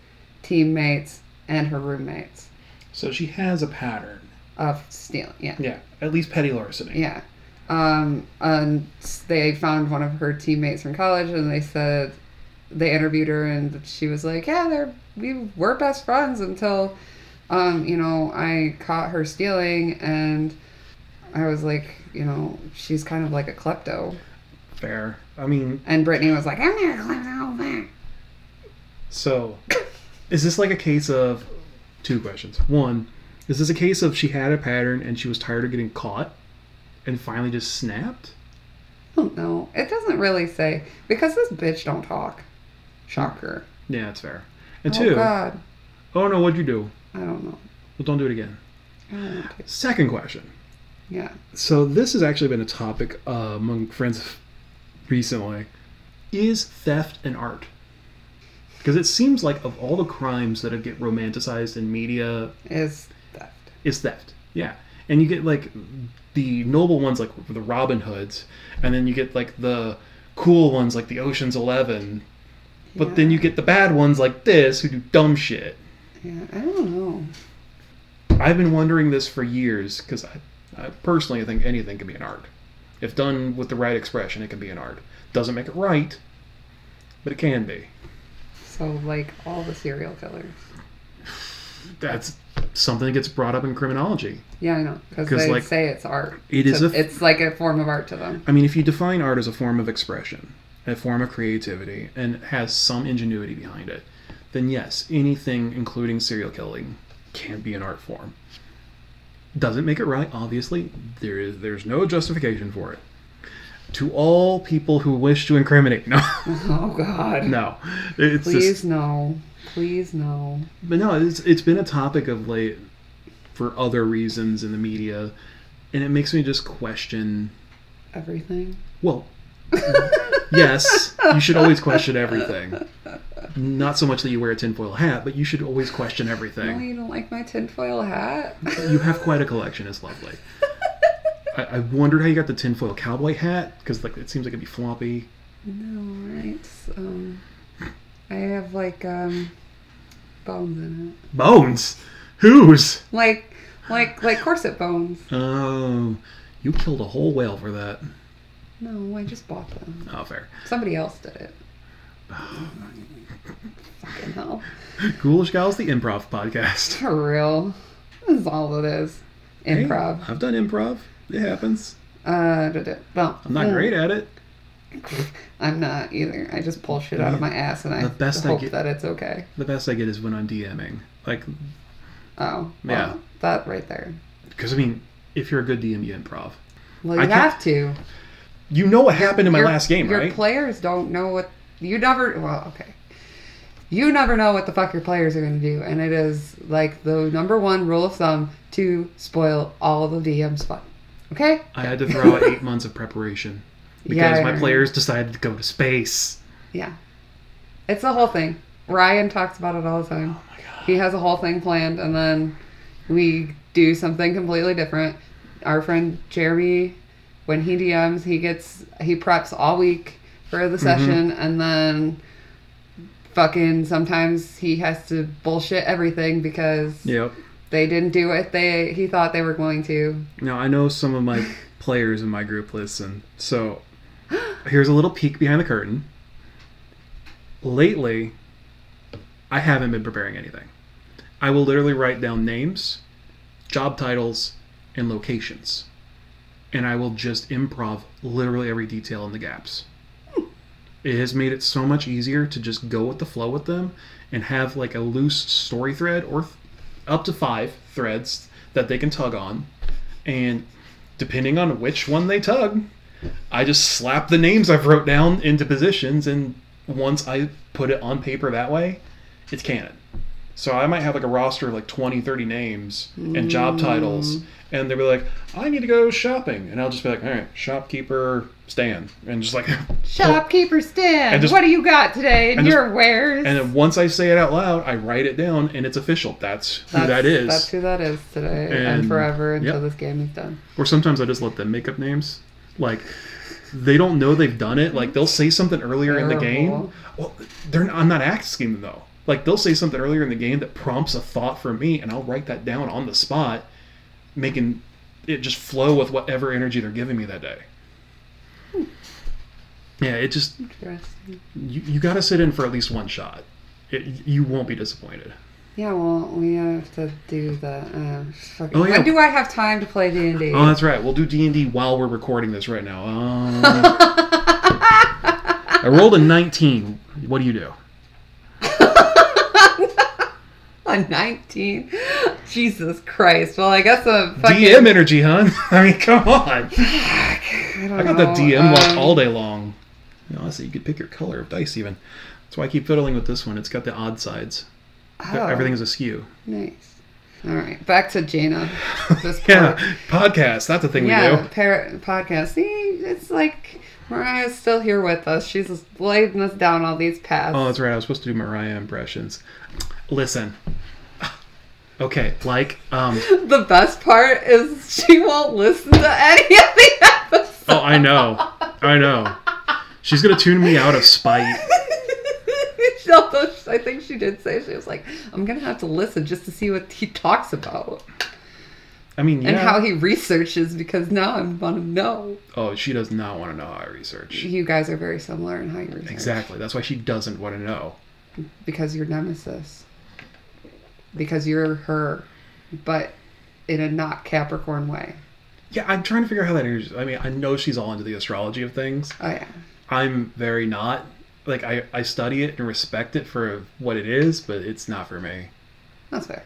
Speaker 2: teammates, and her roommates
Speaker 3: So she has a pattern.
Speaker 2: of stealing. Yeah.
Speaker 3: Yeah, at least petty larceny.
Speaker 2: Yeah. Um, and s- they found one of her teammates from college and they said, they interviewed her and she was like, yeah, they're, we were best friends until, um, you know, I caught her stealing and I was like, you know, she's kind of like a klepto.
Speaker 3: Fair. I mean,
Speaker 2: And Brittany was like, I'm not a klepto. man."
Speaker 3: so is this like a case of two questions? One, is this a case of she had a pattern and she was tired of getting caught and finally just snapped?
Speaker 2: I don't know. Oh, It doesn't really say because this bitch don't talk. Shocker.
Speaker 3: Yeah, that's fair. And
Speaker 2: Oh
Speaker 3: two,
Speaker 2: God,
Speaker 3: oh no, what'd you do?
Speaker 2: I don't know.
Speaker 3: Well, don't do it again.
Speaker 2: I don't want to.
Speaker 3: Second question.
Speaker 2: Yeah.
Speaker 3: So this has actually been a topic uh, among friends recently. Is theft an art? Because it seems like of all the crimes that get romanticized in media,
Speaker 2: Is theft.
Speaker 3: is theft. Yeah. And you get like the noble ones like the Robin Hoods, and then you get like the cool ones like the Ocean's Eleven. But
Speaker 2: Yeah.
Speaker 3: then you get the bad ones like this who do dumb shit.
Speaker 2: Yeah. I don't know.
Speaker 3: I've been wondering this for years because I, I personally think anything can be an art. If done with the right expression, it can be an art. Doesn't make it right, but it can be.
Speaker 2: So like all the serial killers.
Speaker 3: That's something that gets brought up in criminology.
Speaker 2: Yeah, I know. Because
Speaker 3: 'Cause,
Speaker 2: they
Speaker 3: like,
Speaker 2: say it's art.
Speaker 3: it is
Speaker 2: So
Speaker 3: a f-
Speaker 2: it's like a form of art to them.
Speaker 3: I mean, if you define art as a form of expression, a form of creativity, and it has some ingenuity behind it, then yes, anything, including serial killing, can be an art form. Doesn't make it right, obviously. There is there's no justification for it. To all people who wish to incriminate, no,
Speaker 2: Oh God.
Speaker 3: no, it's
Speaker 2: Please
Speaker 3: just,
Speaker 2: no. Please no.
Speaker 3: but no, it's it's been a topic of late for other reasons in the media, and it makes me just question.
Speaker 2: Everything.
Speaker 3: Well, yes, you should always question everything. Not so much that you wear a tinfoil hat, but you should always question
Speaker 2: Oh,
Speaker 3: everything.
Speaker 2: you don't like my tinfoil hat?
Speaker 3: You have quite a collection, it's lovely. I, I wondered how you got the tinfoil cowboy hat, because like it seems like it'd be floppy.
Speaker 2: No, right. Um, I have like um, bones in it,
Speaker 3: Bones! Whose?
Speaker 2: like like like corset bones.
Speaker 3: Oh, you killed a whole whale for that.
Speaker 2: No, I just bought them.
Speaker 3: Oh, fair.
Speaker 2: Somebody else did it. Fucking hell.
Speaker 3: Ghoulish Gals, the improv podcast.
Speaker 2: For real. This is all it is.
Speaker 3: Hey,
Speaker 2: Improv.
Speaker 3: I've done improv. It happens.
Speaker 2: Uh, da- da- well,
Speaker 3: I'm not
Speaker 2: mm,
Speaker 3: great at it.
Speaker 2: I'm not either. I just pull shit out of my ass and I
Speaker 3: The best I
Speaker 2: hope
Speaker 3: get-
Speaker 2: that it's okay.
Speaker 3: The best I get is when I'm DMing. Like,
Speaker 2: Oh, well,
Speaker 3: Yeah.
Speaker 2: That right there.
Speaker 3: because I mean, if you're a good DM, you improv.
Speaker 2: Well,
Speaker 3: I
Speaker 2: you
Speaker 3: can't-
Speaker 2: have to.
Speaker 3: You know what happened in my
Speaker 2: Your-
Speaker 3: last game,
Speaker 2: your
Speaker 3: right?
Speaker 2: players don't know what you never. Well, okay. You never know what the fuck your players are going to do, and it is like the number one rule of thumb to spoil all the DM's fun. Okay.
Speaker 3: I had to throw out eight months of preparation because my
Speaker 2: Yeah.
Speaker 3: players decided to go to space.
Speaker 2: Yeah. It's the whole thing. Ryan talks about it all the time.
Speaker 3: Oh my god.
Speaker 2: He has a whole thing planned, and then we do something completely different. Our friend Jeremy, when he DMs, he gets he preps all week for
Speaker 3: Mm-hmm.
Speaker 2: the session, and then fucking sometimes he has to bullshit everything because
Speaker 3: Yep.
Speaker 2: they didn't do what they he thought they were going to.
Speaker 3: Now I know some of my players in my group listen, so here's a little peek behind the curtain. Lately, I haven't been preparing anything. I will literally write down names, job titles, and locations, and I will just improv literally every detail in the gaps. It has made it so much easier to just go with the flow with them and have like a loose story thread or th- up to five threads that they can tug on and depending on which one they tug, I just slap the names I've wrote down into positions, and once I put it on paper that way, it's canon. So I might have like a roster of like 20, 30 names and job titles, and they'll be like, I need to go shopping. And I'll just be like, all right, shopkeeper Stan. And just like,
Speaker 2: Shopkeeper Stan,
Speaker 3: And just-
Speaker 2: what do you got today? And
Speaker 3: and just-
Speaker 2: your wares.
Speaker 3: and then once I say it out loud, I write it down, and it's official. That's who that is.
Speaker 2: That's who that is today and,
Speaker 3: And-
Speaker 2: forever until
Speaker 3: yep.
Speaker 2: this game is done.
Speaker 3: Or sometimes I just let them make up names. Like they don't know they've done it. Like they'll say something earlier in the game.
Speaker 2: Terrible.
Speaker 3: Well, they're I'm not asking them though. Like they'll say something earlier in the game that prompts a thought from me, and I'll write that down on the spot, making it just flow with whatever energy they're giving me that day. Yeah, it just
Speaker 2: Interesting.
Speaker 3: you, you got to sit in for at least one shot. It, you won't be disappointed.
Speaker 2: Yeah, well, we have to do the. Uh, fuck-
Speaker 3: Oh, yeah.
Speaker 2: When do I have time to play D and D?
Speaker 3: Oh, that's right. We'll do D and D while we're recording this right now. Uh, I rolled a nineteen. What do you do?
Speaker 2: A nineteen. Jesus Christ. Well, I guess a fucking.
Speaker 3: DM energy, huh? I mean, come on.
Speaker 2: I, don't
Speaker 3: I got
Speaker 2: know.
Speaker 3: that DM luck
Speaker 2: um,
Speaker 3: all day long. You know, Honestly, you could pick your color of dice even. That's why I keep fiddling with this one. It's got the odd sides.
Speaker 2: Oh,
Speaker 3: Everything's askew.
Speaker 2: nice. All right, back to Jaina. This
Speaker 3: Yeah,
Speaker 2: part.
Speaker 3: podcast. That's a thing
Speaker 2: yeah,
Speaker 3: we do.
Speaker 2: par- podcast. See, it's like Mariah's still here with us. She's just laying us down all these paths.
Speaker 3: Oh, that's right. I was supposed to do Mariah impressions. Listen. Okay, like, um,
Speaker 2: The best part is she won't listen to any of the episodes.
Speaker 3: oh, I know. I know. She's going to tune me out of spite.
Speaker 2: Although I think she did say she was like, "I'm gonna have to listen just to see what he talks about
Speaker 3: I mean, yeah.
Speaker 2: and how he researches because now I want to know."
Speaker 3: oh, she does not want to know how I research.
Speaker 2: You guys are very similar in how you research
Speaker 3: Exactly. That's why she doesn't want to know.
Speaker 2: because you're nemesis, because you're her, but in a not Capricorn way.
Speaker 3: Yeah, I'm trying to figure out how that is. I mean, I know she's all into the astrology of things.
Speaker 2: Oh yeah,
Speaker 3: I'm very not. Like, I, I study it and respect it for what it is, but it's not for me.
Speaker 2: that's fair.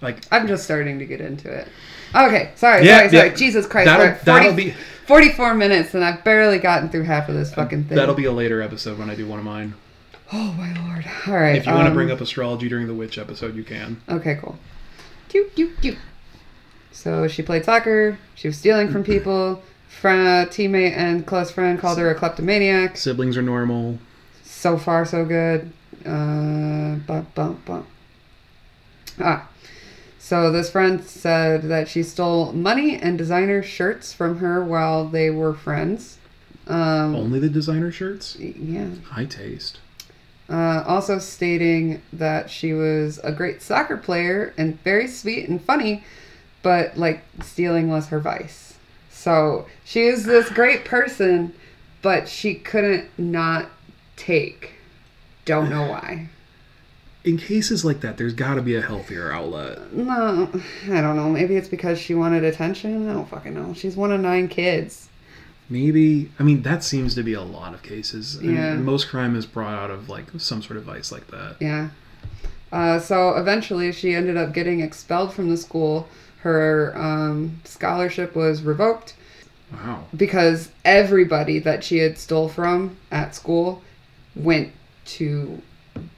Speaker 3: Like,
Speaker 2: I'm just starting to get into it. Okay, sorry,
Speaker 3: Yeah,
Speaker 2: sorry, sorry.
Speaker 3: yeah.
Speaker 2: Jesus Christ,
Speaker 3: That'll-
Speaker 2: we're at 40
Speaker 3: that'll be- Um,
Speaker 2: 44 minutes, and I've barely gotten through half of this fucking thing.
Speaker 3: that'll be a later episode when I do one of mine.
Speaker 2: Oh my lord! All right.
Speaker 3: If you want to
Speaker 2: um,
Speaker 3: bring up astrology during the witch episode, you can.
Speaker 2: Okay, cool. Doop, doop, doop. So she played soccer. She was stealing from people. Friend, teammate and close friend called her a kleptomaniac.
Speaker 3: Siblings are normal.
Speaker 2: So far, so good. Uh, bump, bump, bump. Ah. So this friend said that she stole money and designer shirts from her while they were friends. Um,
Speaker 3: Only the designer shirts?
Speaker 2: yeah.
Speaker 3: High taste.
Speaker 2: Uh, also stating that she was a great soccer player and very sweet and funny, but like stealing was her vice. So she is this great person but she couldn't not take. Don't know why.
Speaker 3: In cases like that, there's got to be a healthier outlet.
Speaker 2: No, I don't know. Maybe it's because she wanted attention. I don't fucking know. She's one of nine kids.
Speaker 3: Maybe I mean that seems to be a lot of cases. And
Speaker 2: Yeah.
Speaker 3: most crime is brought out of like some sort of vice like that.
Speaker 2: Yeah. Uh, so eventually, she ended up getting expelled from the school. Her um, scholarship was revoked
Speaker 3: Wow.
Speaker 2: because everybody that she had stole from at school went to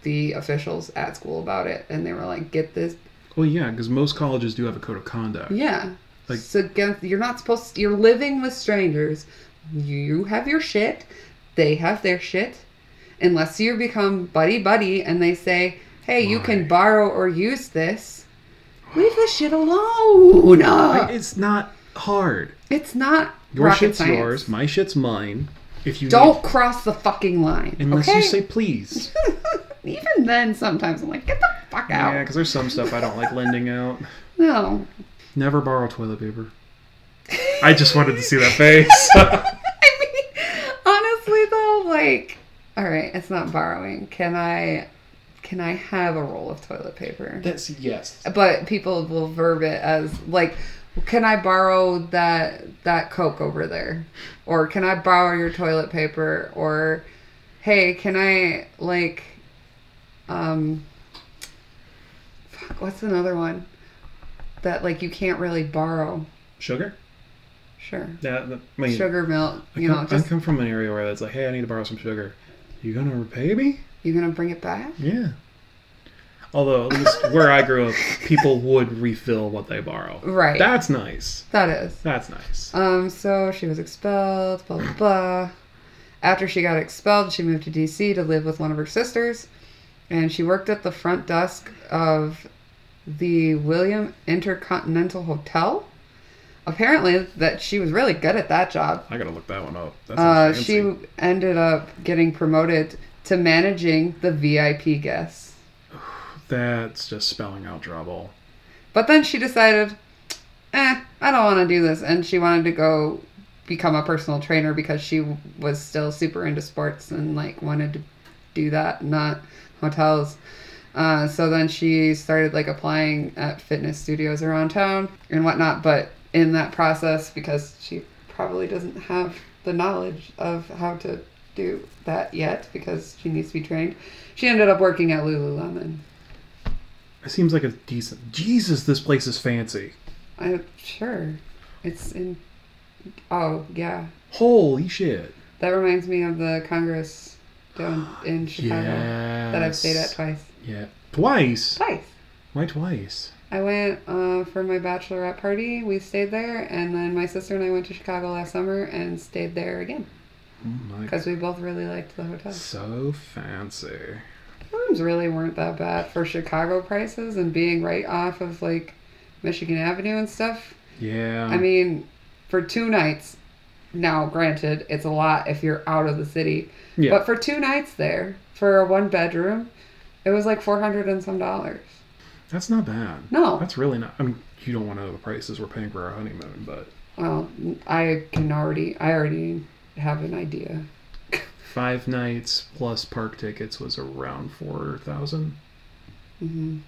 Speaker 2: the officials at school about it, and they were like, "Get this
Speaker 3: Well, yeah, because most colleges do have a code of conduct.
Speaker 2: Yeah.
Speaker 3: Like-
Speaker 2: it's against, you're not supposed to, you're living with strangers. You have your shit, they have their shit. Unless you become buddy buddy and they say, hey, you can
Speaker 3: Right.
Speaker 2: borrow or use this, leave the shit alone. Ah,
Speaker 3: Like, it's not hard.
Speaker 2: It's not
Speaker 3: Your
Speaker 2: rocket
Speaker 3: shit's
Speaker 2: science.
Speaker 3: yours. My shit's mine. If you
Speaker 2: Don't cross the fucking line.
Speaker 3: need- unless
Speaker 2: okay?
Speaker 3: you say please.
Speaker 2: Even then, sometimes I'm like, get the fuck out.
Speaker 3: Yeah, because there's some stuff I don't like lending out.
Speaker 2: No.
Speaker 3: Never borrow toilet paper. I just wanted to see that face.
Speaker 2: I mean, honestly though, like, all right, it's not borrowing. Can I, can I have a roll of toilet paper?
Speaker 3: That's yes.
Speaker 2: But people will verb it as like, can I borrow that that Coke over there, or can I borrow your toilet paper, or hey, can I like, um, fuck, what's another one that like you can't really borrow?
Speaker 3: Sugar?
Speaker 2: Sure,
Speaker 3: That, that I mean,
Speaker 2: sugar milk,
Speaker 3: I
Speaker 2: you
Speaker 3: come,
Speaker 2: know,
Speaker 3: I
Speaker 2: just
Speaker 3: come from an area where it's like, hey, I need to borrow some sugar. You gonna repay me?
Speaker 2: you gonna bring it back?
Speaker 3: Yeah. Although, at least where I grew up, people would refill what they borrow.
Speaker 2: Right.
Speaker 3: That's nice.
Speaker 2: that is.
Speaker 3: That's nice.
Speaker 2: Um, so she was expelled, blah, blah, blah. After she got expelled, she moved to D.C. to live with one of her sisters, and she worked at the front desk of the William Intercontinental Hotel. Apparently, that she was really good at that job.
Speaker 3: I gotta look that one up. That's
Speaker 2: Uh, she ended up getting promoted to managing the VIP guests.
Speaker 3: That's just spelling out trouble.
Speaker 2: But then she decided, eh, I don't want to do this. And she wanted to go become a personal trainer because she was still super into sports and like wanted to do that, not hotels. Uh, so then she started like applying at fitness studios around town and whatnot. But in that process, because she probably doesn't have the knowledge of how to do that yet because she needs to be trained, she ended up working at Lululemon.
Speaker 3: It seems like a decent. Jesus, this place is fancy.
Speaker 2: I sure. It's in. Oh yeah,
Speaker 3: Holy shit.
Speaker 2: that reminds me of the Congress down in Chicago that I've stayed at
Speaker 3: Yes.
Speaker 2: twice.
Speaker 3: Yeah. Twice?
Speaker 2: Twice.
Speaker 3: Why twice?
Speaker 2: I went uh, for my bachelorette party. We stayed there, and then my sister and I went to Chicago last summer and stayed there again
Speaker 3: Oh my
Speaker 2: because we both really liked the hotel.
Speaker 3: So fancy.
Speaker 2: The rooms really weren't that bad for Chicago prices and being right off of like Michigan Avenue and stuff.
Speaker 3: Yeah.
Speaker 2: I mean, for two nights. Now, granted, it's a lot if you're out of the city,
Speaker 3: yeah.
Speaker 2: But for two nights there, for a one bedroom, it was like four hundred and some dollars.
Speaker 3: that's not bad.
Speaker 2: No,
Speaker 3: That's really not. I mean, you don't want to know the prices we're paying for our honeymoon, but
Speaker 2: well, I can already, I already have an idea.
Speaker 3: five nights plus park tickets was around four thousand.
Speaker 2: hmm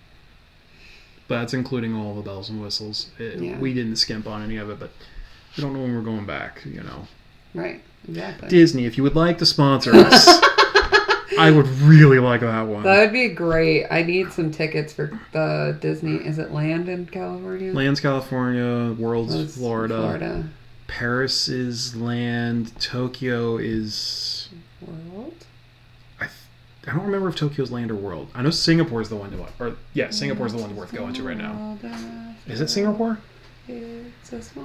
Speaker 3: But that's including all the bells and whistles. It,
Speaker 2: Yeah.
Speaker 3: We didn't skimp on any of it, but we don't know when we're going back. You know,
Speaker 2: Right, exactly.
Speaker 3: Disney, if you would like to sponsor us, I would really like that one.
Speaker 2: that would be great. I need some tickets for the Disney. Is it Land in California?
Speaker 3: Lands California, World's
Speaker 2: That's
Speaker 3: Florida,
Speaker 2: Florida
Speaker 3: Paris is land, Tokyo is
Speaker 2: World.
Speaker 3: I, th- I don't remember if Tokyo's land or world. I know Singapore's the one to wa- or yeah, Singapore's the one worth going to right now. Is it Singapore?
Speaker 2: It's a small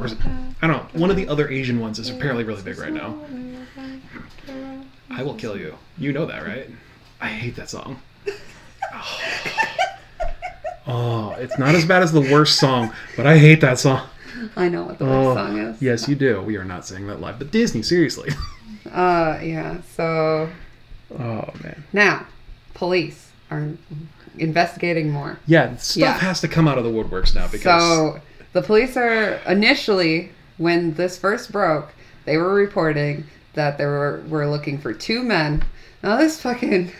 Speaker 3: Or is
Speaker 2: world
Speaker 3: it-
Speaker 2: after
Speaker 3: I don't know. One of the other Asian ones is apparently really
Speaker 2: it's
Speaker 3: big
Speaker 2: a
Speaker 3: right now.
Speaker 2: small world after
Speaker 3: I will kill you. You know that, right? I hate that song. Oh, it's not as bad as the worst song, but I hate that song.
Speaker 2: I know what the
Speaker 3: Oh,
Speaker 2: worst song is.
Speaker 3: Yes, you do. We are not saying that live, but Disney, seriously.
Speaker 2: Uh, yeah. So
Speaker 3: Oh man.
Speaker 2: now, police are investigating more.
Speaker 3: Yeah, stuff
Speaker 2: Yeah.
Speaker 3: has to come out of the woodworks now because
Speaker 2: So the police are initially, when this first broke, they were reporting that they were, were looking for two men. Now, this fucking.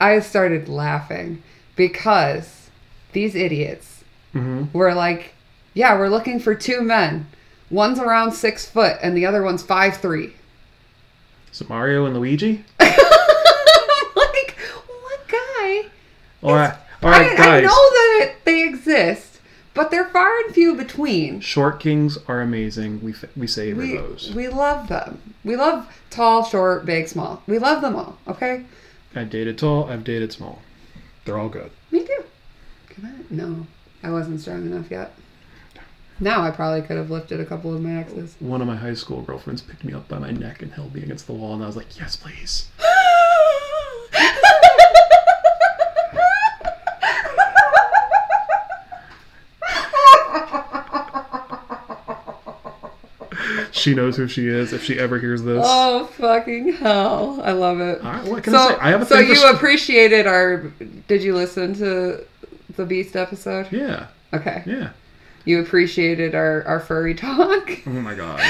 Speaker 2: I started laughing because these idiots
Speaker 3: Mm-hmm.
Speaker 2: were like, yeah, we're looking for two men. One's around six foot and the other one's five three.
Speaker 3: So Mario and Luigi.
Speaker 2: like, what guy?
Speaker 3: All right, all right,
Speaker 2: I,
Speaker 3: guys.
Speaker 2: I know that it, they exist, but they're far and few between.
Speaker 3: Short kings are amazing. We f- we savor
Speaker 2: We,
Speaker 3: those.
Speaker 2: we love them. We love tall, short, big, small. We love them all, okay?
Speaker 3: I dated tall. I've dated small. They're all good.
Speaker 2: Me too. Can I? No, I wasn't strong enough yet. Now I probably could have lifted a couple of my exes.
Speaker 3: One of my high school girlfriends picked me up by my neck and held me against the wall, and I was like, "Yes, please." She knows who she is if she ever hears this.
Speaker 2: oh fucking hell! I love it.
Speaker 3: All right, what can I say? I have a
Speaker 2: so
Speaker 3: thing for
Speaker 2: you
Speaker 3: sh-
Speaker 2: appreciated our? Did you listen to the Beast episode?
Speaker 3: yeah,
Speaker 2: Okay,
Speaker 3: yeah.
Speaker 2: you appreciated our our furry talk.
Speaker 3: Oh my god.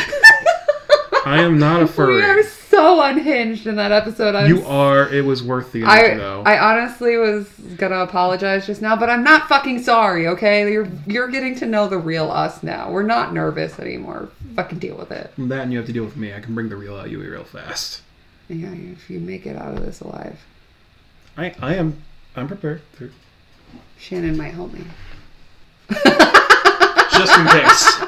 Speaker 3: I am not
Speaker 2: We
Speaker 3: a
Speaker 2: are
Speaker 3: furry.
Speaker 2: so unhinged in that episode. I'm
Speaker 3: You are. It was worth the
Speaker 2: I,
Speaker 3: energy, though.
Speaker 2: I honestly was gonna apologize just now, but I'm not fucking sorry, okay? You're you're getting to know the real us now. We're not nervous anymore. Fucking deal with it.
Speaker 3: that and you have to deal with me. I can bring the real out of you real fast.
Speaker 2: Yeah, if you make it out of this alive,
Speaker 3: I, I am. I'm prepared. to-
Speaker 2: Shannon might help me.
Speaker 3: Just in case.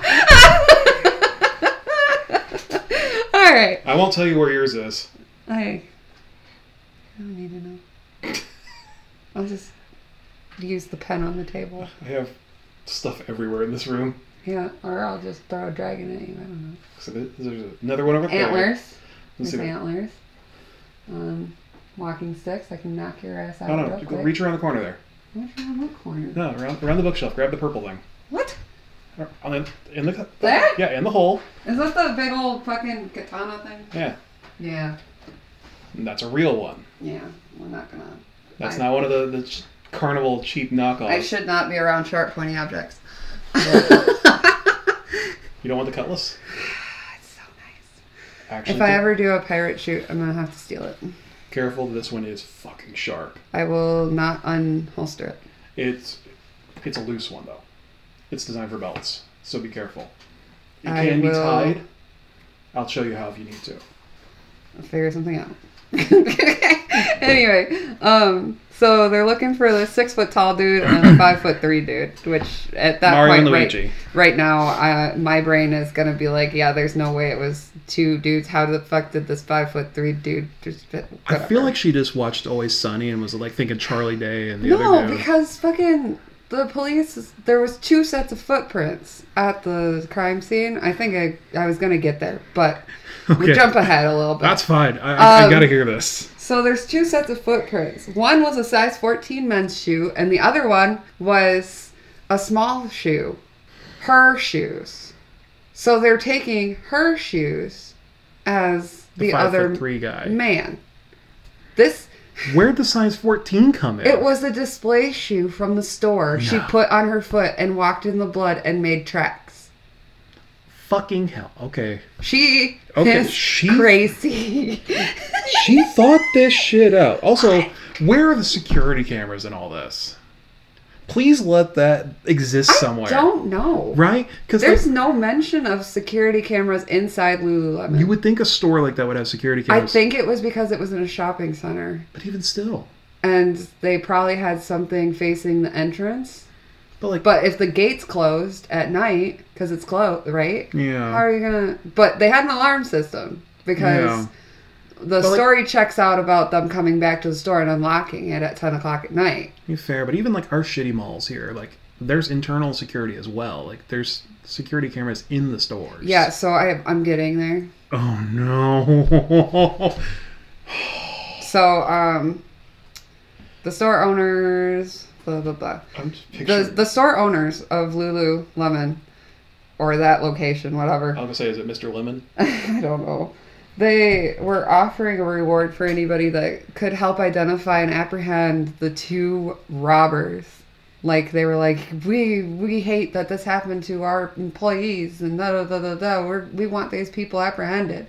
Speaker 2: All right.
Speaker 3: I won't tell you where yours is.
Speaker 2: I, I don't need to know. I'll just use the pen on the table.
Speaker 3: I have stuff everywhere in this room.
Speaker 2: Yeah, or I'll just throw a dragon at you. I don't know.
Speaker 3: So there- There's another one over there.
Speaker 2: Antlers. There's
Speaker 3: Let's see.
Speaker 2: antlers. Um, walking sticks. I can knock your ass out.
Speaker 3: No,
Speaker 2: real
Speaker 3: no,
Speaker 2: quick.
Speaker 3: reach around the corner there.
Speaker 2: What's around that corner?
Speaker 3: No, around, around the bookshelf. Grab the purple thing.
Speaker 2: What?
Speaker 3: Or- On the, in the
Speaker 2: There?
Speaker 3: yeah, in the hole.
Speaker 2: Is that the big old fucking katana thing?
Speaker 3: Yeah,
Speaker 2: Yeah.
Speaker 3: and that's a real one.
Speaker 2: Yeah. We're not gonna.
Speaker 3: That's
Speaker 2: I-
Speaker 3: not one of the, the ch- carnival cheap knockoffs.
Speaker 2: I should not be around sharp, pointy objects.
Speaker 3: You don't want the cutlass?
Speaker 2: That's so nice.
Speaker 3: Actually,
Speaker 2: if I
Speaker 3: be
Speaker 2: ever do a pirate shoot, I'm gonna have to steal it.
Speaker 3: careful. This one is fucking sharp.
Speaker 2: I will not unholster it.
Speaker 3: It's it's a loose one though. It's designed for belts, so be careful. It
Speaker 2: I
Speaker 3: can be
Speaker 2: will-
Speaker 3: tied. I'll show you how if you need to.
Speaker 2: I'll figure something out. anyway, um, so they're looking for the six foot tall dude and a five foot three dude, which at that
Speaker 3: Mario
Speaker 2: point,
Speaker 3: and
Speaker 2: right-
Speaker 3: Luigi.
Speaker 2: Right, now, I, my brain is gonna be like, yeah, there's no way it was two dudes. How the fuck did this five foot three dude just? fit-
Speaker 3: I feel
Speaker 2: whatever.
Speaker 3: like she just watched Always Sunny and was like thinking Charlie Day and the
Speaker 2: no,
Speaker 3: other dude.
Speaker 2: because fucking the police. is- There was two sets of footprints at the crime scene. I think I, I was gonna get there, but we
Speaker 3: Okay.
Speaker 2: jump ahead a little bit.
Speaker 3: That's fine. I, I, I
Speaker 2: Um,
Speaker 3: gotta hear this.
Speaker 2: So there's two sets of footprints. One was a size 14 men's shoe, and the other one was a small shoe, her shoes. So they're taking her shoes as the,
Speaker 3: five
Speaker 2: other
Speaker 3: foot three guy.
Speaker 2: man. This
Speaker 3: Where'd the size fourteen come in?
Speaker 2: it was a display shoe from the store she
Speaker 3: No.
Speaker 2: put on her foot and walked in the blood and made tracks.
Speaker 3: fucking hell. Okay.
Speaker 2: She
Speaker 3: Okay,
Speaker 2: is
Speaker 3: she-
Speaker 2: crazy.
Speaker 3: She thought this shit out. Also, where are the security cameras in all this? Please let that exist somewhere.
Speaker 2: Don't know.
Speaker 3: Right? Because
Speaker 2: There's no mention of security cameras inside Lululemon.
Speaker 3: you would think a store like that would have security
Speaker 2: I
Speaker 3: cameras.
Speaker 2: think it was because it was in a shopping center
Speaker 3: But even still.
Speaker 2: and they probably had something facing the entrance.
Speaker 3: But like
Speaker 2: But if the gate's closed at night, because it's closed, right? How
Speaker 3: Yeah.
Speaker 2: are you gonna? But they had an alarm system because
Speaker 3: Yeah.
Speaker 2: the
Speaker 3: like-
Speaker 2: story checks out about them coming back to the store and unlocking it at 10 o'clock at night.
Speaker 3: yeah, fair. But even like our shitty malls here, like there's internal security as well. Like there's security cameras in the stores.
Speaker 2: Yeah, so I, I'm getting there.
Speaker 3: Oh no.
Speaker 2: So, um, the store owners, blah, blah, blah.
Speaker 3: I'm just
Speaker 2: The,
Speaker 3: picturing.
Speaker 2: the store owners of Lululemon or that location, whatever.
Speaker 3: I was gonna say, is it Mr. Lemon?
Speaker 2: I don't know. They were offering a reward for anybody that could help identify and apprehend the two robbers. Like they were like, we we hate that this happened to our employees and da da da da da. We're, we want these people apprehended.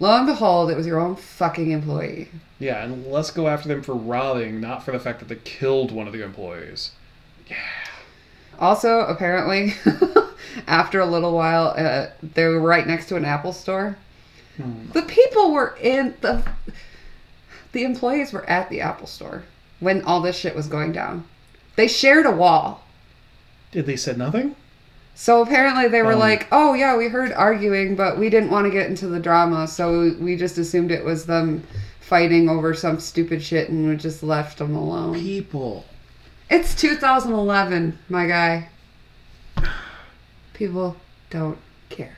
Speaker 2: Lo and behold, it was your own fucking employee.
Speaker 3: Yeah, and let's go after them for robbing, not for the fact that they killed one of the employees.
Speaker 2: Also, apparently, after a little while, uh, they were right next to an Apple store. The people were in the. The employees were at the Apple store when all this shit was going down. They shared a wall.
Speaker 3: Did they said nothing?
Speaker 2: So apparently they were
Speaker 3: Um.
Speaker 2: like, oh yeah, we heard arguing, but we didn't want to get into the drama, so we just assumed it was them fighting over some stupid shit and we just left them alone.
Speaker 3: People.
Speaker 2: It's 2011, my guy. People don't care.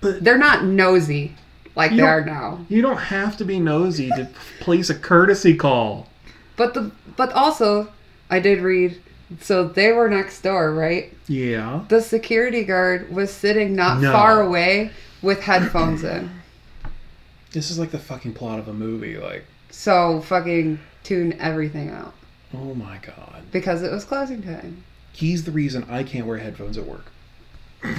Speaker 3: But-
Speaker 2: They're not nosy like
Speaker 3: You
Speaker 2: they
Speaker 3: don't-
Speaker 2: are now.
Speaker 3: You don't have to be nosy to place a courtesy call.
Speaker 2: But the but also I did read so they were next door, right?
Speaker 3: Yeah.
Speaker 2: The security guard was sitting not
Speaker 3: No.
Speaker 2: far away with headphones in.
Speaker 3: This is like the fucking plot of a movie. Like,
Speaker 2: So fucking tune everything out
Speaker 3: oh my god.
Speaker 2: because it was closing time.
Speaker 3: He's the reason I can't wear headphones at work.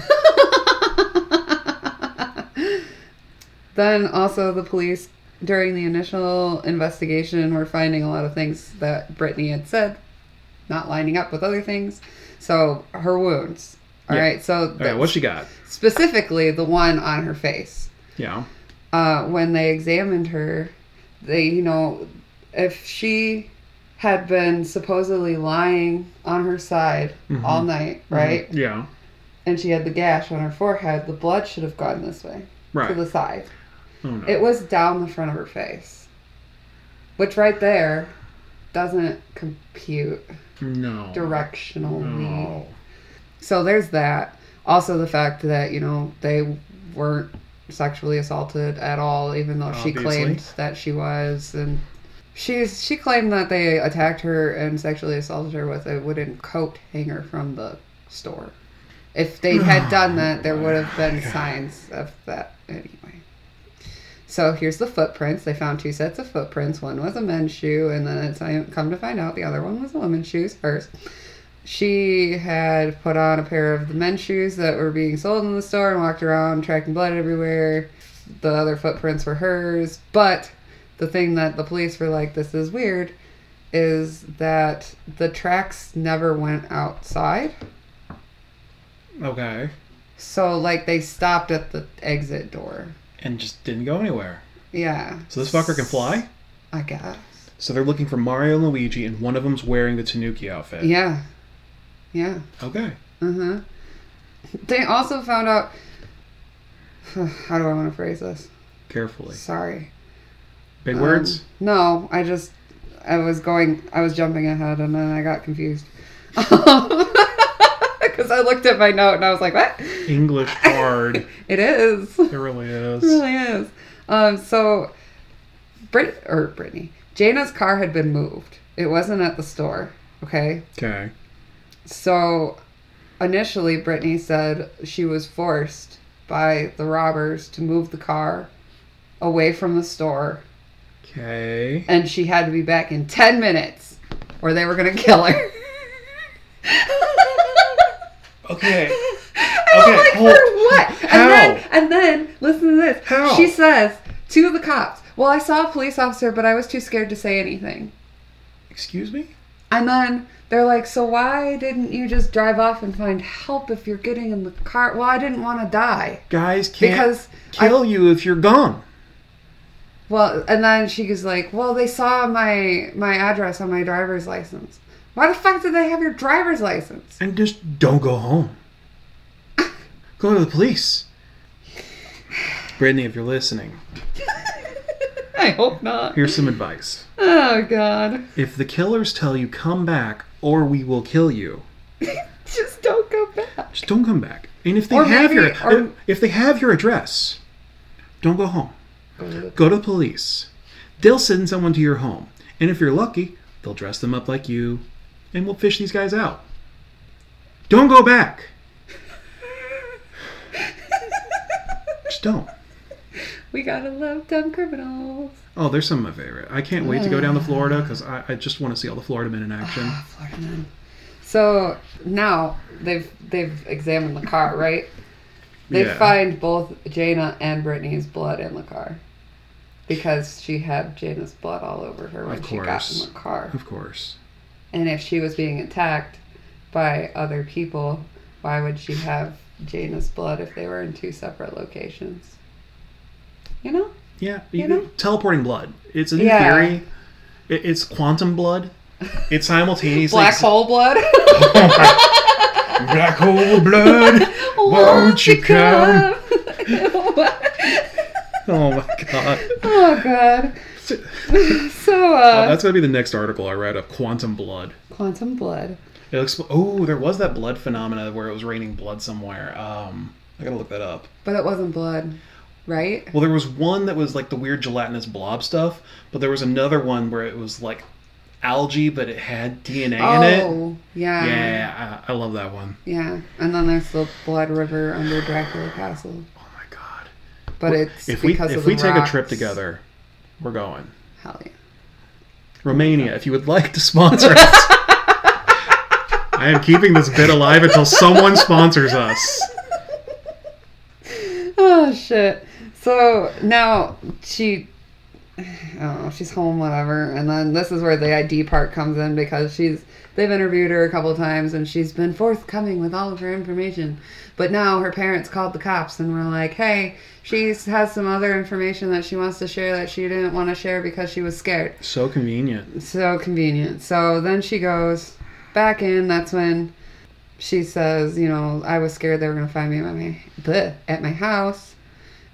Speaker 2: Then also the police during the initial investigation were finding a lot of things that Brittany had said not lining up with other things. So her wounds. All
Speaker 3: Yeah.
Speaker 2: right. So
Speaker 3: All right,
Speaker 2: the-
Speaker 3: what she got?
Speaker 2: specifically the one on her face.
Speaker 3: Yeah.
Speaker 2: uh, when they examined her, they, you know, if she had been supposedly lying on her side
Speaker 3: Mm-hmm.
Speaker 2: all night, right?
Speaker 3: Yeah.
Speaker 2: And she had the gash on her forehead, the blood should have gone this way to
Speaker 3: Right.
Speaker 2: the side.
Speaker 3: Oh, no.
Speaker 2: It was down the front of her face, which right there doesn't compute
Speaker 3: no.
Speaker 2: directionally.
Speaker 3: No.
Speaker 2: So there's that. Also, the fact that, you know, they weren't sexually assaulted at all, even though she
Speaker 3: Obviously.
Speaker 2: claimed that she was. And she's she claimed that they attacked her and sexually assaulted her with a wooden coat hanger from the store. If they had done that, there would have been signs of that anyway. So here's the footprints. They found two sets of footprints. One was a men's shoe, and then it's I come to find out the other one was a woman's shoes first. She had put on a pair of the men's shoes that were being sold in the store and walked around tracking blood everywhere. The other footprints were hers. But the thing that the police were like, this is weird, is that the tracks never went outside.
Speaker 3: Okay.
Speaker 2: So, like, they stopped at the exit door.
Speaker 3: And just didn't go anywhere.
Speaker 2: Yeah.
Speaker 3: So this fucker can fly?
Speaker 2: I guess.
Speaker 3: So they're looking for Mario and Luigi, and one of them's wearing the Tanuki outfit.
Speaker 2: Yeah. Yeah.
Speaker 3: Okay.
Speaker 2: Uh huh. They also found out. How do I want to phrase this?
Speaker 3: Carefully.
Speaker 2: Sorry.
Speaker 3: Big
Speaker 2: Um,
Speaker 3: words?
Speaker 2: No, I just I was going I was jumping ahead and then I got confused. Cuz I looked at my note and I was like, "What?
Speaker 3: Um, English hard.
Speaker 2: It is."
Speaker 3: it
Speaker 2: It
Speaker 3: really is.
Speaker 2: really is. Um so Brit or Brittany, Jana's car had been moved. It wasn't at the store, okay?
Speaker 3: Okay.
Speaker 2: So initially Brittany said she was forced by the robbers to move the car away from the store
Speaker 3: Okay.
Speaker 2: and she had to be back in 10 minutes or they were going to kill her.
Speaker 3: Okay.
Speaker 2: I'm
Speaker 3: Okay,
Speaker 2: like,
Speaker 3: hold-
Speaker 2: for what?
Speaker 3: How?
Speaker 2: And then, and then, listen to this.
Speaker 3: How?
Speaker 2: She says to the cops, Well, I saw a police officer, but I was too scared to say anything.
Speaker 3: Excuse me?
Speaker 2: And then they're like, So why didn't you just drive off and find help if you're getting in the car? Well, I didn't want to die.
Speaker 3: Guys can't
Speaker 2: Because I-
Speaker 3: kill you if you're gone.
Speaker 2: Well, and then she was like, "Well, they saw my my address on my driver's license. Why the fuck did they have your driver's license?"
Speaker 3: And just don't go home. go to the police. Brittany, if you're listening,
Speaker 2: I hope not.
Speaker 3: here's some advice.
Speaker 2: Oh god.
Speaker 3: If the killers tell you come back or we will kill you,
Speaker 2: Just don't go back.
Speaker 3: just don't come back. And if they
Speaker 2: Or
Speaker 3: have
Speaker 2: maybe-
Speaker 3: your
Speaker 2: or-
Speaker 3: if they have your address, don't go home. Go to the police. They'll send someone to your home. And if you're lucky, they'll dress them up like you and we'll fish these guys out. Don't go back. Just don't.
Speaker 2: We gotta love dumb criminals.
Speaker 3: Oh, there's some of my favorite. I can't wait to go down to Florida because I, I just want to see all the Florida men in action.
Speaker 2: Florida man. So now they've they've examined the car, right? They
Speaker 3: Yeah.
Speaker 2: find both Jaina and Brittany's blood in the car because she had Jaina's blood all over her when
Speaker 3: Of
Speaker 2: she got in
Speaker 3: course.
Speaker 2: the car.
Speaker 3: Of course.
Speaker 2: And if she was being attacked by other people, why would she have Jaina's blood if they were in two separate locations? You know?
Speaker 3: Yeah.
Speaker 2: You
Speaker 3: you-
Speaker 2: know?
Speaker 3: Teleporting blood. It's a new
Speaker 2: Yeah.
Speaker 3: theory. It, it's quantum blood. It's simultaneously.
Speaker 2: Black hole blood.
Speaker 3: Black hole blood. Won't you come? Oh my god.
Speaker 2: oh god. So
Speaker 3: Oh,
Speaker 2: uh
Speaker 3: that's gonna be the next article I read of quantum blood.
Speaker 2: quantum blood.
Speaker 3: It looks. Oh, there was that blood phenomena where it was raining blood somewhere. Um, I gotta look that up.
Speaker 2: But it wasn't blood, right?
Speaker 3: Well, there was one that was like the weird gelatinous blob stuff, but there was another one where it was like algae, but it had DNA in it.
Speaker 2: oh, yeah.
Speaker 3: Yeah, I, I love that one.
Speaker 2: Yeah. And then there's the blood river under Dracula Castle.
Speaker 3: Oh my god!
Speaker 2: But it's
Speaker 3: if we
Speaker 2: because
Speaker 3: if
Speaker 2: of the
Speaker 3: we take a trip
Speaker 2: rocks.
Speaker 3: together, we're going
Speaker 2: Hell yeah.
Speaker 3: Romania. If you would like to sponsor us, I am keeping this bit alive until someone sponsors us.
Speaker 2: Oh shit. So now she I don't know, she's home, whatever. And then this is where the ID part comes in because she's they've interviewed her a couple times and she's been forthcoming with all of her information. But now her parents called the cops and were like, Hey, she has some other information that she wants to share that she didn't want to share because she was scared.
Speaker 3: So convenient.
Speaker 2: So convenient. So then she goes back in. That's when she says, you know, I was scared they were going to find me at my bleh, at my house,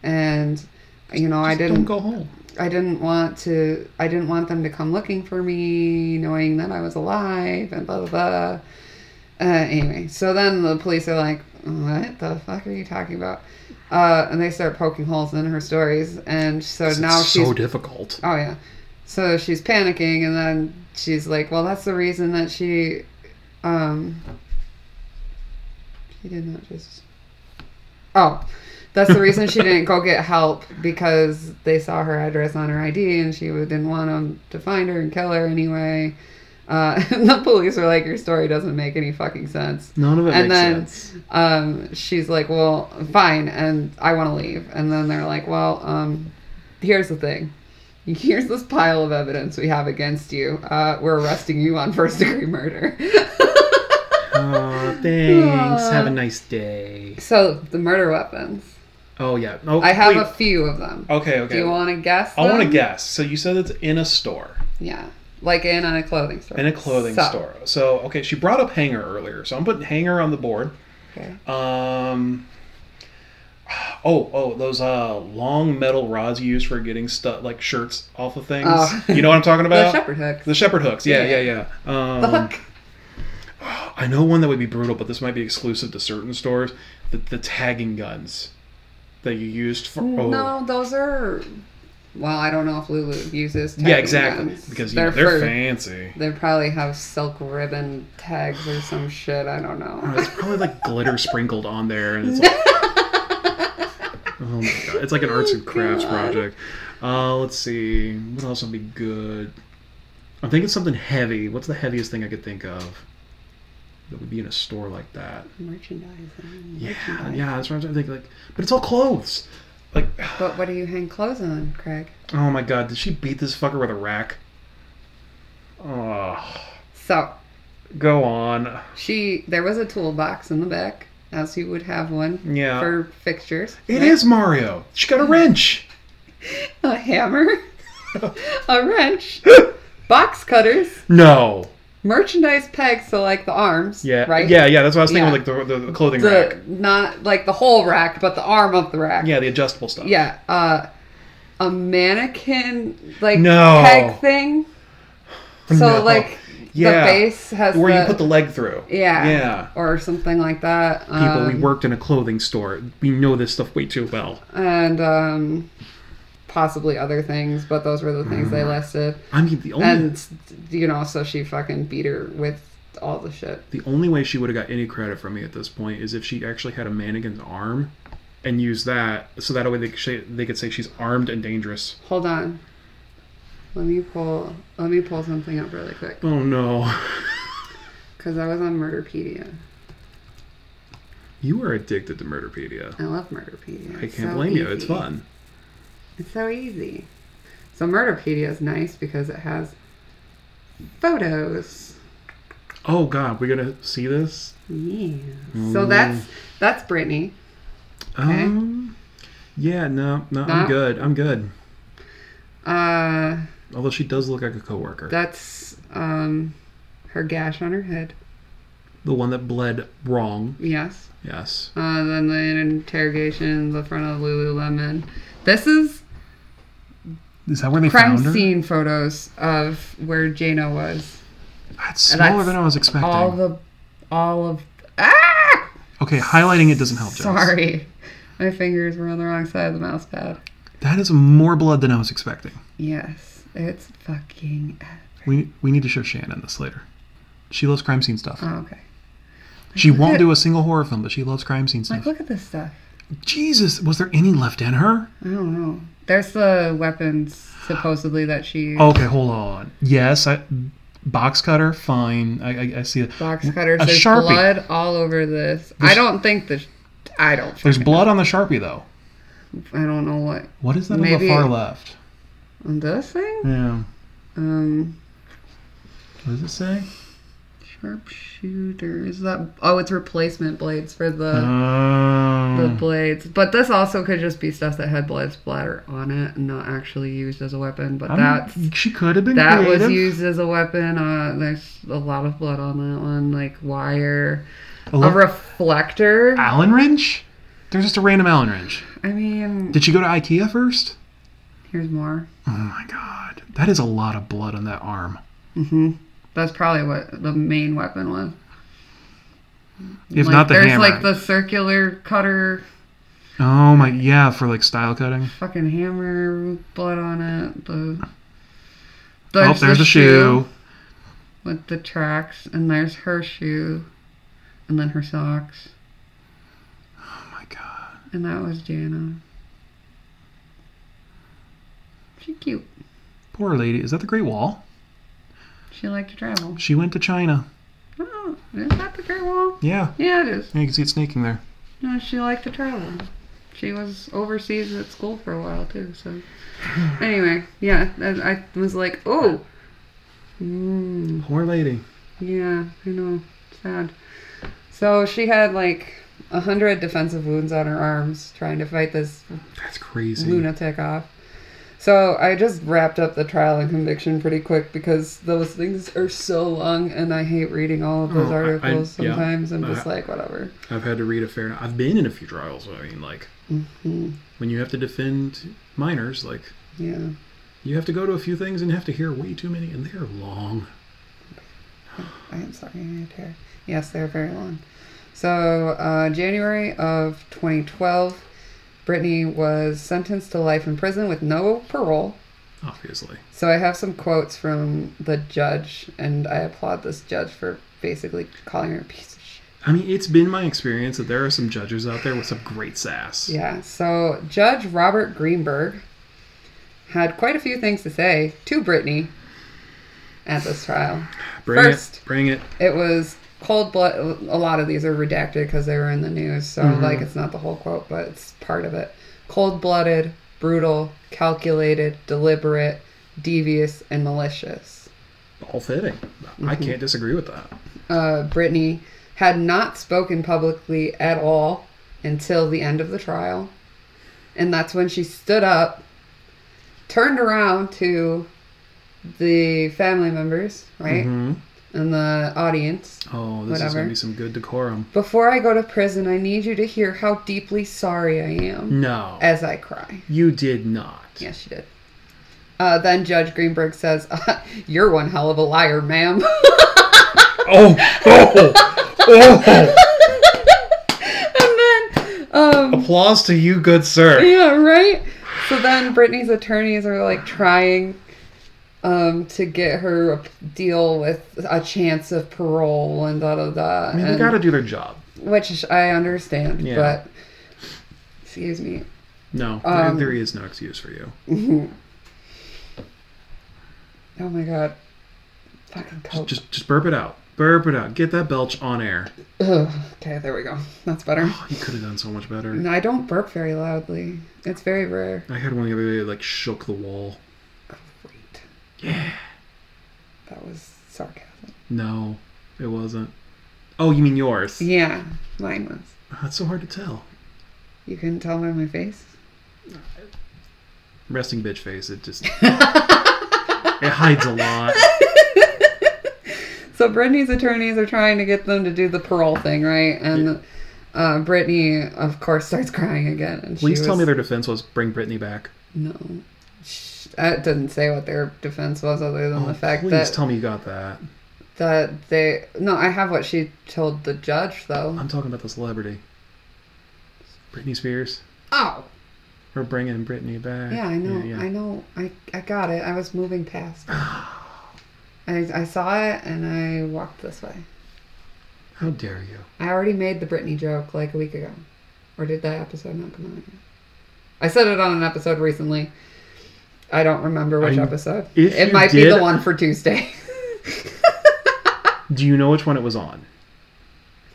Speaker 2: and you know, I
Speaker 3: Just
Speaker 2: didn't
Speaker 3: don't go home.
Speaker 2: I didn't want to I didn't want them to come looking for me knowing that I was alive and blah blah blah. Uh, anyway, so then the police are like, "What the fuck are you talking about?" Uh, and they start poking holes in her stories, and so now
Speaker 3: it's
Speaker 2: she's
Speaker 3: so difficult.
Speaker 2: Oh yeah. So she's panicking and then she's like, Well that's the reason that she um she did not just Oh. That's the reason she didn't go get help because they saw her address on her ID and she would- didn't want them to find her and kill her anyway. Uh, and the police were like, "Your story doesn't make any fucking sense."
Speaker 3: None of it
Speaker 2: and
Speaker 3: makes
Speaker 2: then
Speaker 3: sense.
Speaker 2: um, she's like, "Well, fine," and I want to leave. And then they're like, "Well, um, here's the thing. Here's this pile of evidence we have against you. Uh, we're arresting you on first degree murder."
Speaker 3: Oh, thanks.
Speaker 2: Aw.
Speaker 3: Have a nice day.
Speaker 2: so the murder weapons.
Speaker 3: Oh yeah. Oh,
Speaker 2: I have a
Speaker 3: wait.
Speaker 2: few of them.
Speaker 3: Okay, okay.
Speaker 2: Do you want to guess?
Speaker 3: I want to
Speaker 2: them?
Speaker 3: guess. So you said it's in a store,
Speaker 2: Yeah, like in a clothing store.
Speaker 3: in a clothing
Speaker 2: So-
Speaker 3: store. So okay, she brought up hanger earlier, so I'm putting hanger on the board.
Speaker 2: Okay.
Speaker 3: Um. Oh, oh, those uh long metal rods you use for getting stuff like shirts off of things.
Speaker 2: Oh.
Speaker 3: You know what I'm talking
Speaker 2: The
Speaker 3: about?
Speaker 2: shepherd hooks.
Speaker 3: The shepherd hooks. Yeah,
Speaker 2: Yeah.
Speaker 3: yeah, yeah.
Speaker 2: The
Speaker 3: Um,
Speaker 2: hook.
Speaker 3: I know one that would be brutal, but this might be exclusive to certain stores. The, the tagging guns that you used for. Oh.
Speaker 2: No, those are. Well, I don't know if Lulu uses.
Speaker 3: Yeah,
Speaker 2: tagging
Speaker 3: exactly.
Speaker 2: guns.
Speaker 3: Because you know, they're
Speaker 2: for-
Speaker 3: fancy.
Speaker 2: They probably have silk ribbon tags or some shit. I don't
Speaker 3: Oh,
Speaker 2: know.
Speaker 3: it's probably like glitter sprinkled on there, and it's like, oh my god, it's like an arts and crafts
Speaker 2: God.
Speaker 3: project. Uh, let's see, what else would be good? I'm thinking something heavy. What's the heaviest thing I could think of that would be in a store like that?
Speaker 2: Merchandising.
Speaker 3: Yeah,
Speaker 2: merchandise.
Speaker 3: yeah, that's what I'm trying to think. Like, but it's all clothes. Like,
Speaker 2: But what do you hang clothes on, Craig?
Speaker 3: oh my god, did she beat this fucker with a rack? Oh,
Speaker 2: So
Speaker 3: go on.
Speaker 2: she, there was a toolbox in the back, as you would have one
Speaker 3: Yeah, it is
Speaker 2: for fixtures.
Speaker 3: Mario. She
Speaker 2: Hmm.
Speaker 3: got a wrench.
Speaker 2: a hammer, a wrench, box cutters,
Speaker 3: No.
Speaker 2: merchandise pegs, so like the arms.
Speaker 3: Yeah.
Speaker 2: Right.
Speaker 3: Yeah, yeah. That's what I was thinking.
Speaker 2: Yeah.
Speaker 3: Like the, the, the clothing
Speaker 2: The
Speaker 3: rack.
Speaker 2: not like the whole rack, but the arm of the rack.
Speaker 3: Yeah, the adjustable stuff.
Speaker 2: Yeah, uh, a mannequin like
Speaker 3: No.
Speaker 2: peg thing. So
Speaker 3: No.
Speaker 2: like the
Speaker 3: Yeah.
Speaker 2: base has
Speaker 3: Where
Speaker 2: the,
Speaker 3: you put the leg through.
Speaker 2: yeah
Speaker 3: Yeah.
Speaker 2: or something like that.
Speaker 3: People, we
Speaker 2: um,
Speaker 3: worked in a clothing store. We know this stuff way too well.
Speaker 2: and um, possibly other things, but those were the things they
Speaker 3: Mm.
Speaker 2: listed.
Speaker 3: I mean, the only
Speaker 2: And you know, so she fucking beat her with all the shit.
Speaker 3: the only way she would have got any credit from me at this point is if she actually had a mannequin's arm, and used that so that way they could say, they could say she's armed and dangerous.
Speaker 2: Hold on. Let me pull. Let me pull something up really quick
Speaker 3: Oh no.
Speaker 2: because I was on Murderpedia.
Speaker 3: You are addicted to Murderpedia.
Speaker 2: I love Murderpedia.
Speaker 3: I
Speaker 2: It's
Speaker 3: can't
Speaker 2: so
Speaker 3: blame you. It's
Speaker 2: easy.
Speaker 3: fun.
Speaker 2: It's so easy. So Murderpedia is nice because it has photos.
Speaker 3: Oh God, we're gonna see this.
Speaker 2: Yeah.
Speaker 3: Mm.
Speaker 2: So that's that's Brittany. Okay.
Speaker 3: Um, yeah, no, no,
Speaker 2: No?
Speaker 3: I'm good. I'm good.
Speaker 2: Uh,
Speaker 3: Although she does look like a coworker,
Speaker 2: that's um, her gash on her head.
Speaker 3: the one that bled wrong.
Speaker 2: Yes.
Speaker 3: Yes.
Speaker 2: Uh, then the interrogation in the front of Lululemon. This is
Speaker 3: Is that where they
Speaker 2: crime
Speaker 3: found her?
Speaker 2: scene photos of where Jana was.
Speaker 3: That's
Speaker 2: And that's
Speaker 3: smaller than I was expecting.
Speaker 2: All the, all of ah.
Speaker 3: okay, highlighting it doesn't help. Jess.
Speaker 2: Sorry, my fingers were on the wrong side of the mouse pad.
Speaker 3: That is more blood than I was expecting.
Speaker 2: Yes, it's fucking. e-
Speaker 3: We we need to show Shannon this later. She loves crime scene stuff.
Speaker 2: Oh, okay.
Speaker 3: she
Speaker 2: look
Speaker 3: won't
Speaker 2: at-
Speaker 3: do a single horror film, but she loves crime scene
Speaker 2: Like,
Speaker 3: stuff.
Speaker 2: look at this stuff.
Speaker 3: Jesus, was there any left in her?
Speaker 2: I don't know. There's the weapons supposedly that she used.
Speaker 3: Okay, hold on. Yes, I, box cutter, fine. I, I, I see it.
Speaker 2: box cutters.
Speaker 3: A
Speaker 2: There's
Speaker 3: Sharpie.
Speaker 2: blood all over this. I
Speaker 3: There's-
Speaker 2: don't think the. I don't.
Speaker 3: There's
Speaker 2: fucking
Speaker 3: blood on the sharpie
Speaker 2: know.
Speaker 3: though.
Speaker 2: I don't know what
Speaker 3: What is that on
Speaker 2: Maybe-
Speaker 3: the far left?
Speaker 2: on this thing.
Speaker 3: Yeah.
Speaker 2: Um,
Speaker 3: What does it say?
Speaker 2: sharpshooter is that? Oh, it's replacement blades for the. the
Speaker 3: Um,
Speaker 2: blades. But this also could just be stuff that had blood splatter on it and not actually used as a weapon. But
Speaker 3: I'm-
Speaker 2: that's
Speaker 3: she could have been
Speaker 2: that
Speaker 3: creative.
Speaker 2: was used as a weapon. Uh, there's a lot of blood on that one, like wire,
Speaker 3: A
Speaker 2: a
Speaker 3: little-
Speaker 2: reflector.
Speaker 3: Allen wrench. There's just a random Allen wrench.
Speaker 2: I mean,
Speaker 3: Did she go to IKEA first?
Speaker 2: here's more.
Speaker 3: Oh my god, that is a lot of blood on that arm. Mm-hmm.
Speaker 2: hmm That's probably what the main weapon was.
Speaker 3: If
Speaker 2: like,
Speaker 3: not the
Speaker 2: there's
Speaker 3: hammer.
Speaker 2: like the circular cutter,
Speaker 3: oh my, yeah, for like style cutting.
Speaker 2: fucking hammer, with blood on it. The
Speaker 3: oh, there's the shoe.
Speaker 2: with the tracks, and there's her shoe, and then her socks,
Speaker 3: Oh my god.
Speaker 2: and that was Jana. She cute.
Speaker 3: Poor lady. Is that the Great Wall?
Speaker 2: She liked to travel.
Speaker 3: She went to China.
Speaker 2: Oh, is that the Great Wall?
Speaker 3: Yeah.
Speaker 2: Yeah, it is.
Speaker 3: Yeah, you can see it snaking there.
Speaker 2: No, she liked to travel. She was overseas at school for a while too. So, anyway, yeah, I I was like, oh, mm,
Speaker 3: Poor lady.
Speaker 2: Yeah, I know. Sad. So she had like a hundred defensive wounds on her arms trying to fight this
Speaker 3: That's crazy.
Speaker 2: lunatic off. So I just wrapped up the trial and conviction pretty quick because those things are so long and I hate reading all of those
Speaker 3: Oh, I- I-
Speaker 2: articles
Speaker 3: yeah.
Speaker 2: sometimes. I'm just
Speaker 3: Uh,
Speaker 2: like, whatever.
Speaker 3: I've had to read a fair. I've been in a few trials. I mean, like
Speaker 2: hmm
Speaker 3: when you have to defend minors, like
Speaker 2: Yeah.
Speaker 3: you have to go to a few things and have to hear way too many, and they're long.
Speaker 2: I am sorry, I need a tear. Yes, they're very long. So, uh, January of 2012, Brittany was sentenced to life in prison with no parole.
Speaker 3: Obviously,
Speaker 2: So I have some quotes from the judge, and I applaud this judge for basically calling her a piece of shit.
Speaker 3: I mean, it's been my experience that there are some judges out there with some great sass.
Speaker 2: Yeah, so Judge Robert Greenberg had quite a few things to say to Brittany at this trial.
Speaker 3: bring
Speaker 2: First.
Speaker 3: it, bring it.
Speaker 2: It was cold blood. A lot of these are redacted because they were in the news, so like it's not the whole quote, but it's part of it. Cold blooded, brutal, calculated, deliberate, devious, and malicious.
Speaker 3: All fitting. I
Speaker 2: Mm-hmm.
Speaker 3: can't disagree with that.
Speaker 2: uh, Brittany had not spoken publicly at all until the end of the trial. And that's when she stood up, turned around to the family members, right?
Speaker 3: Mhm.
Speaker 2: And the audience.
Speaker 3: Oh, this is
Speaker 2: Whatever.
Speaker 3: gonna be some good decorum.
Speaker 2: Before I go to prison, I need you to hear how deeply sorry I am
Speaker 3: No,
Speaker 2: as I cry.
Speaker 3: you did not.
Speaker 2: Yes, she did. Uh, then Judge Greenberg says, You're one hell of a liar, ma'am.
Speaker 3: Oh, oh, oh!
Speaker 2: and then um,
Speaker 3: Applause to you, good sir.
Speaker 2: yeah, right. So then Brittany's attorneys are like trying um to get her a p- deal with a chance of parole and da da da.
Speaker 3: I mean, they
Speaker 2: and-
Speaker 3: gotta do their job.
Speaker 2: which I understand,
Speaker 3: Yeah.
Speaker 2: but excuse me.
Speaker 3: No,
Speaker 2: Um,
Speaker 3: there, there is no excuse for you.
Speaker 2: Oh my god. Fucking coke. oh.
Speaker 3: Just, just burp it out. Burp it out. Get that belch on air.
Speaker 2: Ugh, okay, there we go. That's better.
Speaker 3: Oh, you could have done so much better.
Speaker 2: No, I don't burp very loudly. It's very rare.
Speaker 3: I had one the other day that, like shook the wall.
Speaker 2: Great.
Speaker 3: Yeah.
Speaker 2: That was sarcasm.
Speaker 3: No, it wasn't. Oh, you mean yours?
Speaker 2: Yeah, mine was.
Speaker 3: That's so hard to tell.
Speaker 2: You couldn't tell by my face?
Speaker 3: Resting bitch face. It just it hides a lot.
Speaker 2: So Brittany's attorneys are trying to get them to do the parole thing, right? And uh, Brittany, of course, starts crying again. And she
Speaker 3: Please tell
Speaker 2: was-
Speaker 3: me their defense was bring Brittany back.
Speaker 2: No. Sh- That didn't say what their defense was other than the fact
Speaker 3: Oh, Please
Speaker 2: that,
Speaker 3: tell me you got that.
Speaker 2: that they. No, I have what she told the judge, though.
Speaker 3: I'm talking about the celebrity. Britney Spears. Uh,
Speaker 2: Oh!
Speaker 3: We're bringing Britney back.
Speaker 2: Yeah, I know.
Speaker 3: Yeah,
Speaker 2: I know. I, I got it. I was moving past. I, I saw it and I walked this way.
Speaker 3: How dare you?
Speaker 2: I already made the Britney joke like a week ago. Or did that episode not come out yet? I said it on an episode recently. I don't remember which
Speaker 3: I-
Speaker 2: episode.
Speaker 3: if
Speaker 2: it
Speaker 3: you
Speaker 2: might be
Speaker 3: did-
Speaker 2: the one for Tuesday.
Speaker 3: Do you know which one it was on?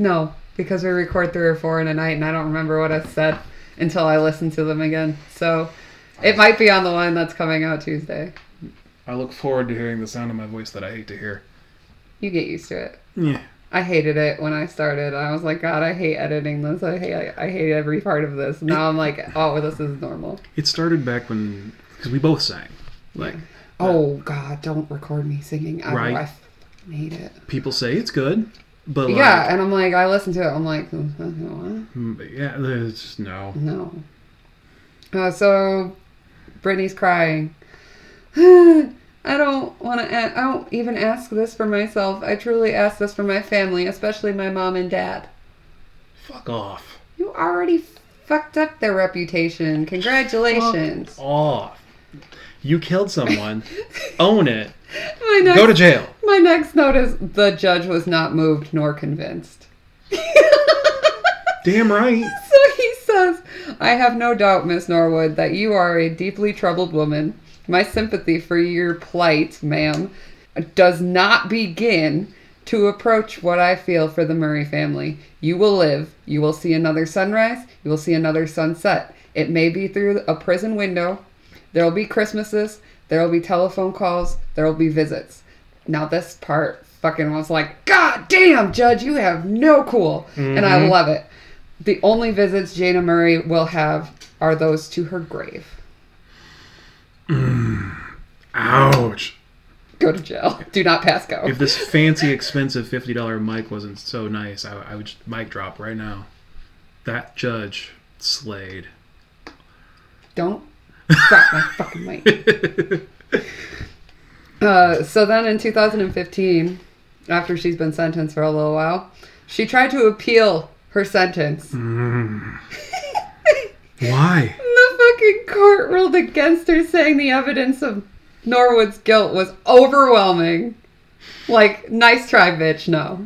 Speaker 2: no, because we record three or four in a night and I don't remember what I said until I listen to them again. So it might be on the one that's coming out Tuesday.
Speaker 3: I look forward to hearing the sound of my voice that I hate to hear.
Speaker 2: You get used to it.
Speaker 3: Yeah.
Speaker 2: I hated it when I started. I was like, God, I hate editing this. I hate, I hate every part of this. Now I'm like, oh, this is normal.
Speaker 3: It started back when because we both sang. Like
Speaker 2: Oh God! Don't record me singing. I,
Speaker 3: Right.
Speaker 2: I fucking hate it.
Speaker 3: people say it's good, but like,
Speaker 2: yeah, and I'm like, I listen to it. I'm like, "Mm, uh, no,
Speaker 3: mm, yeah, it's just no.
Speaker 2: uh, no. Uh, so, Brittany's crying. I don't want to. A- I don't even ask this for myself. I truly ask this for my family, especially my mom and dad.
Speaker 3: Fuck off.
Speaker 2: You already fucked up their reputation. Congratulations.
Speaker 3: Off. You killed someone. Own it.
Speaker 2: My next,
Speaker 3: Go to jail.
Speaker 2: my next note is the judge was not moved nor convinced.
Speaker 3: Damn right.
Speaker 2: So he says, I have no doubt, Miss Norwood, that you are a deeply troubled woman. My sympathy for your plight, ma'am, does not begin to approach what I feel for the Murray family. You will live. You will see another sunrise. You will see another sunset. It may be through a prison window. There will be Christmases. There will be telephone calls. There will be visits. Now this part fucking was like, God damn, Judge, you have no cool. And I love it. The only visits Jana Murray will have are those to her grave.
Speaker 3: Ouch.
Speaker 2: Go to jail. Do not pass go.
Speaker 3: If this fancy, expensive fifty dollar mic wasn't so nice, I, I would just mic drop right now. That judge slayed.
Speaker 2: Don't drop my fucking mic. Uh, so then in 2015, after she's been sentenced for a little while, she tried to appeal her sentence.
Speaker 3: Why?
Speaker 2: The fucking court ruled against her, saying the evidence of Norwood's guilt was overwhelming. Like, nice try, bitch. No.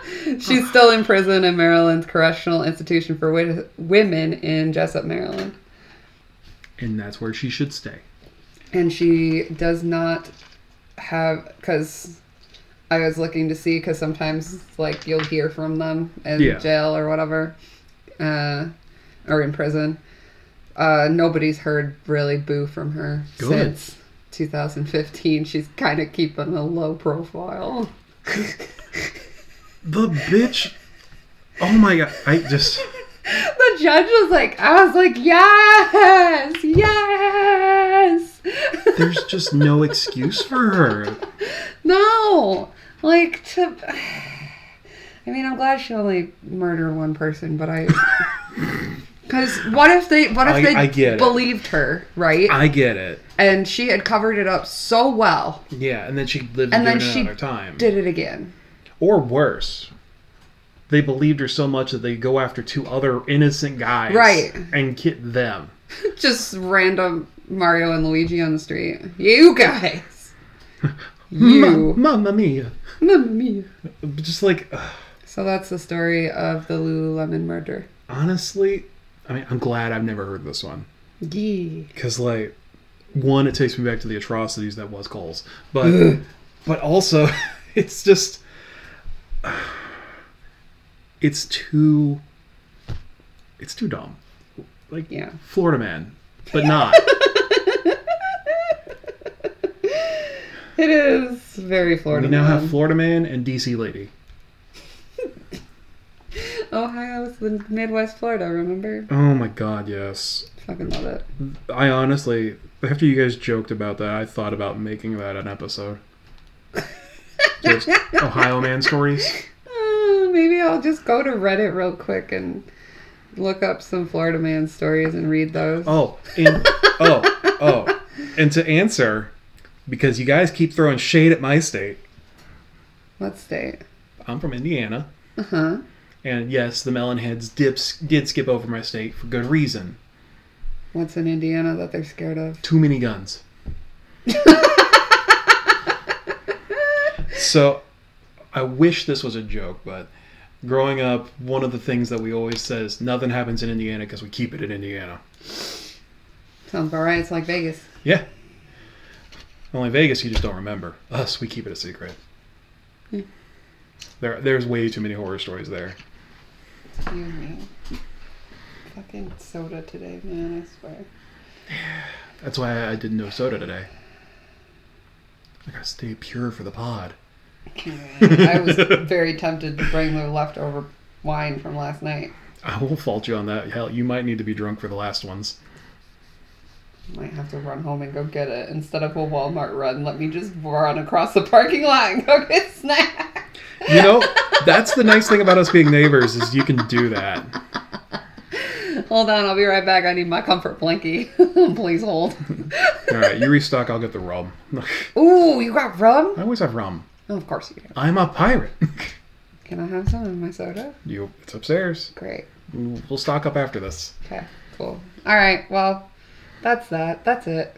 Speaker 2: She's still in prison in Maryland's Correctional Institution for Wi- Women in Jessup, Maryland.
Speaker 3: And that's where she should stay.
Speaker 2: And she does not have, because I was looking to see, because sometimes, like, you'll hear from them in
Speaker 3: Yeah.
Speaker 2: jail or whatever, uh, or in prison. Uh, nobody's heard really boo from her
Speaker 3: Good.
Speaker 2: since 2015. She's kind of keeping a low profile.
Speaker 3: The bitch. Oh my god! I just.
Speaker 2: the judge was like, I was like, yes, yes.
Speaker 3: There's just no excuse for her.
Speaker 2: No, like to. I mean, I'm glad she only murdered one person, but I. Because what if they what if
Speaker 3: I-
Speaker 2: they
Speaker 3: I get it.
Speaker 2: believed her right,
Speaker 3: I get it.
Speaker 2: and she had covered it up so well,
Speaker 3: Yeah, and then she lived
Speaker 2: and then
Speaker 3: doing it
Speaker 2: she
Speaker 3: on her time,
Speaker 2: did it again.
Speaker 3: or worse. They believed her so much that they go after two other innocent guys,
Speaker 2: Right.
Speaker 3: And get them.
Speaker 2: Just random Mario and Luigi on the street. You guys, you,
Speaker 3: Ma- Mamma mia!
Speaker 2: Mamma mia.
Speaker 3: Just like. ugh.
Speaker 2: So that's the story of the Lululemon murder.
Speaker 3: honestly, I mean, I'm glad I've never heard this one
Speaker 2: Yee.
Speaker 3: because, like, one, it takes me back to the atrocities that was Cole's, but but also, it's just it's too it's too dumb. Like
Speaker 2: Yeah.
Speaker 3: Florida man, but not.
Speaker 2: It is very Florida.
Speaker 3: we now have
Speaker 2: man.
Speaker 3: Florida man and DC lady.
Speaker 2: Ohio's the Midwest Florida, remember?
Speaker 3: Oh my god, yes.
Speaker 2: Fucking love it.
Speaker 3: I honestly after you guys joked about that, I thought about making that an episode. Just Ohio man stories.
Speaker 2: Uh, maybe I'll just go to Reddit real quick and look up some Florida man stories and read those.
Speaker 3: Oh, and oh, oh. And to answer because you guys keep throwing shade at my state.
Speaker 2: What state?
Speaker 3: I'm from Indiana.
Speaker 2: Uh huh.
Speaker 3: And yes, the Melonheads dips did skip over my state for good reason.
Speaker 2: What's in Indiana that they're scared of?
Speaker 3: Too many guns. so, I wish this was a joke, but growing up, one of the things that we always said is nothing happens in Indiana because we keep it in Indiana.
Speaker 2: Sounds about right. It's like Vegas.
Speaker 3: Yeah. Only Vegas, you just don't remember. Us, we keep it a secret.
Speaker 2: Hmm.
Speaker 3: There, there's way too many horror stories there.
Speaker 2: Excuse me. Fucking soda today, man. I swear.
Speaker 3: That's why I didn't know soda today. I gotta stay pure for the pod.
Speaker 2: I was very tempted to bring the leftover wine from last night.
Speaker 3: I won't fault you on that. Hell, you might need to be drunk for the last ones.
Speaker 2: Might have to run home and go get it instead of a Walmart run. Let me just run across the parking lot and go get snacks.
Speaker 3: You know, that's the nice thing about us being neighbors is you can do that.
Speaker 2: Hold on, I'll be right back. I need my comfort blankie. Please hold.
Speaker 3: All right, you restock. I'll get the rum. I
Speaker 2: Ooh, you got rum? Oh,
Speaker 3: always have rum.
Speaker 2: of course you do.
Speaker 3: I'm a pirate.
Speaker 2: Can I have some of my soda?
Speaker 3: You, it's upstairs.
Speaker 2: Great.
Speaker 3: We'll stock up after this.
Speaker 2: Okay, cool. All right, well, that's that. That's it.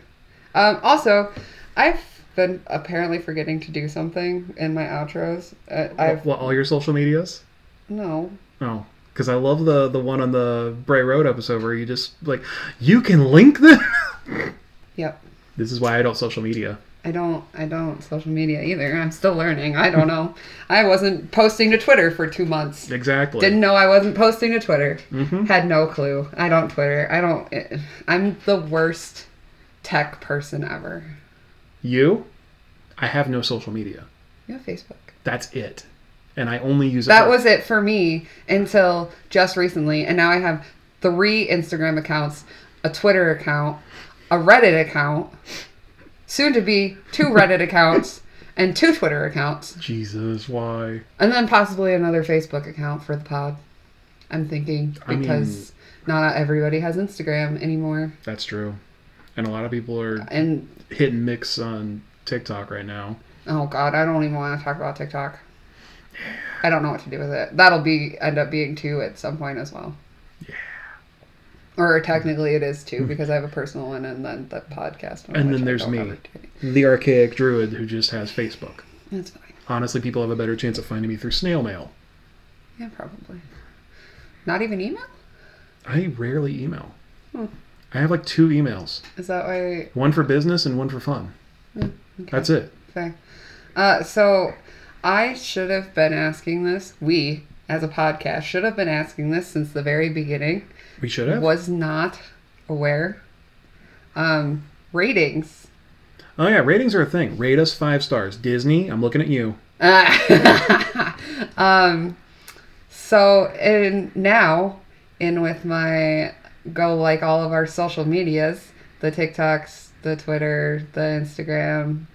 Speaker 2: Um, also, I've been apparently forgetting to do something in my outros. Uh, I've
Speaker 3: Well, all your social medias.
Speaker 2: no.
Speaker 3: Oh, because I love the the one on the Bray Road episode where you just like you can link them.
Speaker 2: Yep.
Speaker 3: this is why I don't social media.
Speaker 2: I don't I don't social media either. I'm still learning. I don't know. I wasn't posting to Twitter for 2 months.
Speaker 3: Exactly.
Speaker 2: Didn't know I wasn't posting to Twitter.
Speaker 3: Mhm.
Speaker 2: Had no clue. I don't Twitter. I don't it, I'm the worst tech person ever.
Speaker 3: you? I have no social media.
Speaker 2: You have Facebook.
Speaker 3: That's it. And I only use it
Speaker 2: That
Speaker 3: for-
Speaker 2: was it for me until just recently and now I have 3 Instagram accounts, a Twitter account, a Reddit account, soon to be 2 Reddit accounts and 2 Twitter accounts.
Speaker 3: Jesus, why?
Speaker 2: And then possibly another Facebook account for the pod. I'm thinking
Speaker 3: I mean-
Speaker 2: because not everybody has Instagram anymore.
Speaker 3: That's true. And a lot of people are
Speaker 2: And
Speaker 3: hit and mix on TikTok right now.
Speaker 2: oh god, I don't even want to talk about TikTok. I don't know what to do with it. That'll be end up being two at some point as well. Yeah. Or technically it is two because I have a personal one and then the podcast one.
Speaker 3: And
Speaker 2: which
Speaker 3: then
Speaker 2: I
Speaker 3: there's
Speaker 2: don't
Speaker 3: me.
Speaker 2: ever do.
Speaker 3: The archaic druid who just has Facebook.
Speaker 2: That's fine.
Speaker 3: Honestly, people have a better chance of finding me through snail mail.
Speaker 2: Yeah, probably. Not even email?
Speaker 3: I rarely email.
Speaker 2: Hmm.
Speaker 3: I have like two emails,
Speaker 2: Is that why
Speaker 3: one for business and one for fun.
Speaker 2: okay.
Speaker 3: That's it.
Speaker 2: Okay. Uh, so I should have been asking this. We, as a podcast, should have been asking this since the very beginning.
Speaker 3: We should have.
Speaker 2: Was not aware. Um, ratings.
Speaker 3: Oh yeah, ratings are a thing. Rate us five stars. Disney, I'm looking at you.
Speaker 2: Uh, um, so and now in with my go like all of our social medias, the TikToks, the Twitter, the Instagram.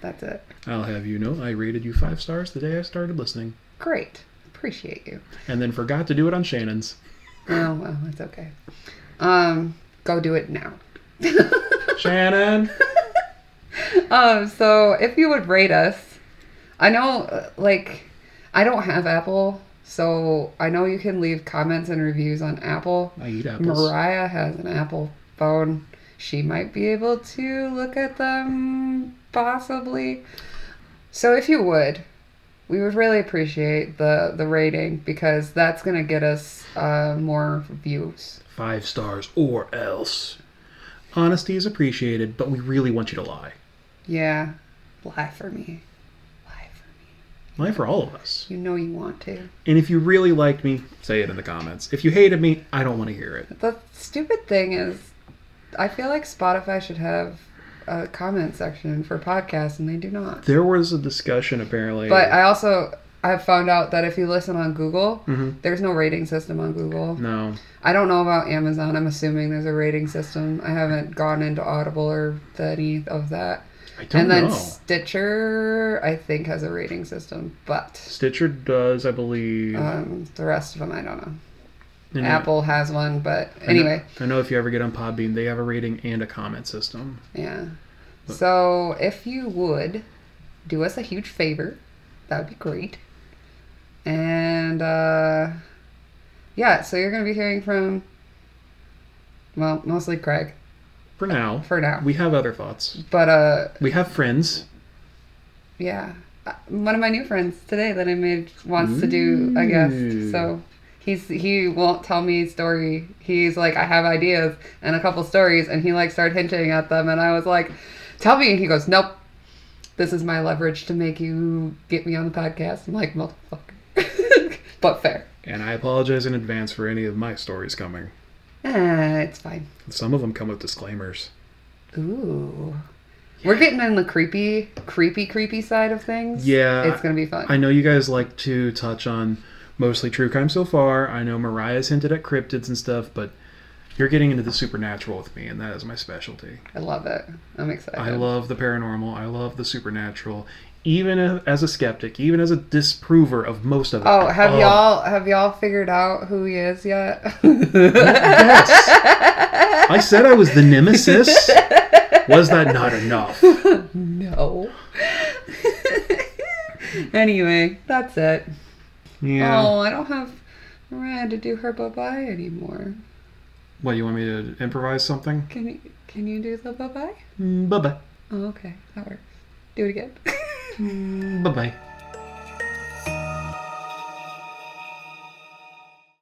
Speaker 2: That's it.
Speaker 3: I'll have you know, I rated you five stars the day I started listening,
Speaker 2: Great. Appreciate you.
Speaker 3: and then forgot to do it on Shannon's.
Speaker 2: Oh well, it's okay. Um, go do it now.
Speaker 3: Shannon.
Speaker 2: Um, so if you would rate us, I know, uh, like, I don't have Apple, so I know you can leave comments and reviews on Apple.
Speaker 3: I eat apples.
Speaker 2: Mariah has an Apple phone. She might be able to look at them, possibly. So if you would, we would really appreciate the the rating because that's gonna get us uh, more views.
Speaker 3: Five stars or else. Honesty is appreciated, but we really want you to lie.
Speaker 2: Yeah. Lie for me. Lie for me.
Speaker 3: Mine for all of us.
Speaker 2: You know you want to.
Speaker 3: And if you really liked me, say it in the comments. If you hated me, I don't want to hear it.
Speaker 2: The stupid thing is, I feel like Spotify should have a comment section for podcasts, and they do not.
Speaker 3: There was a discussion apparently.
Speaker 2: But uh, I also I found out that if you listen on Google,
Speaker 3: Mhm.
Speaker 2: there's no rating system on Google.
Speaker 3: no,
Speaker 2: I don't know about Amazon. I'm assuming there's a rating system. I haven't gone into Audible or any of that.
Speaker 3: I don't
Speaker 2: and then
Speaker 3: know.
Speaker 2: Stitcher, I think, has a rating system, but
Speaker 3: Stitcher does, I believe.
Speaker 2: um, the rest of them, I don't know.
Speaker 3: And I-
Speaker 2: Apple has one, but
Speaker 3: Mm-hmm. I know-
Speaker 2: anyway,
Speaker 3: I know if you ever get on Podbean, they have a rating and a comment system.
Speaker 2: yeah. So if you would do us a huge favor, that would be great. And uh, yeah, so you're going to be hearing from, well, mostly Craig
Speaker 3: For now,
Speaker 2: for now.
Speaker 3: we have other thoughts.
Speaker 2: But uh,
Speaker 3: We have friends.
Speaker 2: yeah, Uh, one of my new friends today that I made wants to do a guest.
Speaker 3: Ooh.
Speaker 2: So he's he won't tell me story. He's like, I have ideas and a couple stories, and he like started hinting at them, and I was like, Tell me. And he goes, Nope. This is my leverage to make you get me on the podcast. I'm like, motherfucker. but fair.
Speaker 3: And I apologize in advance for any of my stories coming. Ah,
Speaker 2: Uh, it's fine.
Speaker 3: Some of them come with disclaimers.
Speaker 2: Ooh. We're getting in the creepy, creepy, creepy side of things.
Speaker 3: Yeah.
Speaker 2: It's going to be fun.
Speaker 3: I know you guys like to touch on mostly true crime so far. I know Mariah's hinted at cryptids and stuff, but you're getting into the supernatural with me, and that is my specialty.
Speaker 2: I love it. I'm excited.
Speaker 3: I love the paranormal. I love the supernatural. Even if- as a skeptic, even as a disprover of most of it.
Speaker 2: Oh, have
Speaker 3: Oh,
Speaker 2: y'all have y'all figured out who he is yet?
Speaker 3: Yes. I said I was the nemesis. Was that not enough?
Speaker 2: no. anyway, that's it.
Speaker 3: Yeah.
Speaker 2: Oh, I don't have Mariah to do her bye bye anymore.
Speaker 3: What, you want me to improvise something?
Speaker 2: Can you can you do the bye bye?
Speaker 3: Bye bye.
Speaker 2: Oh, okay, that works. Do it again.
Speaker 3: Bye bye.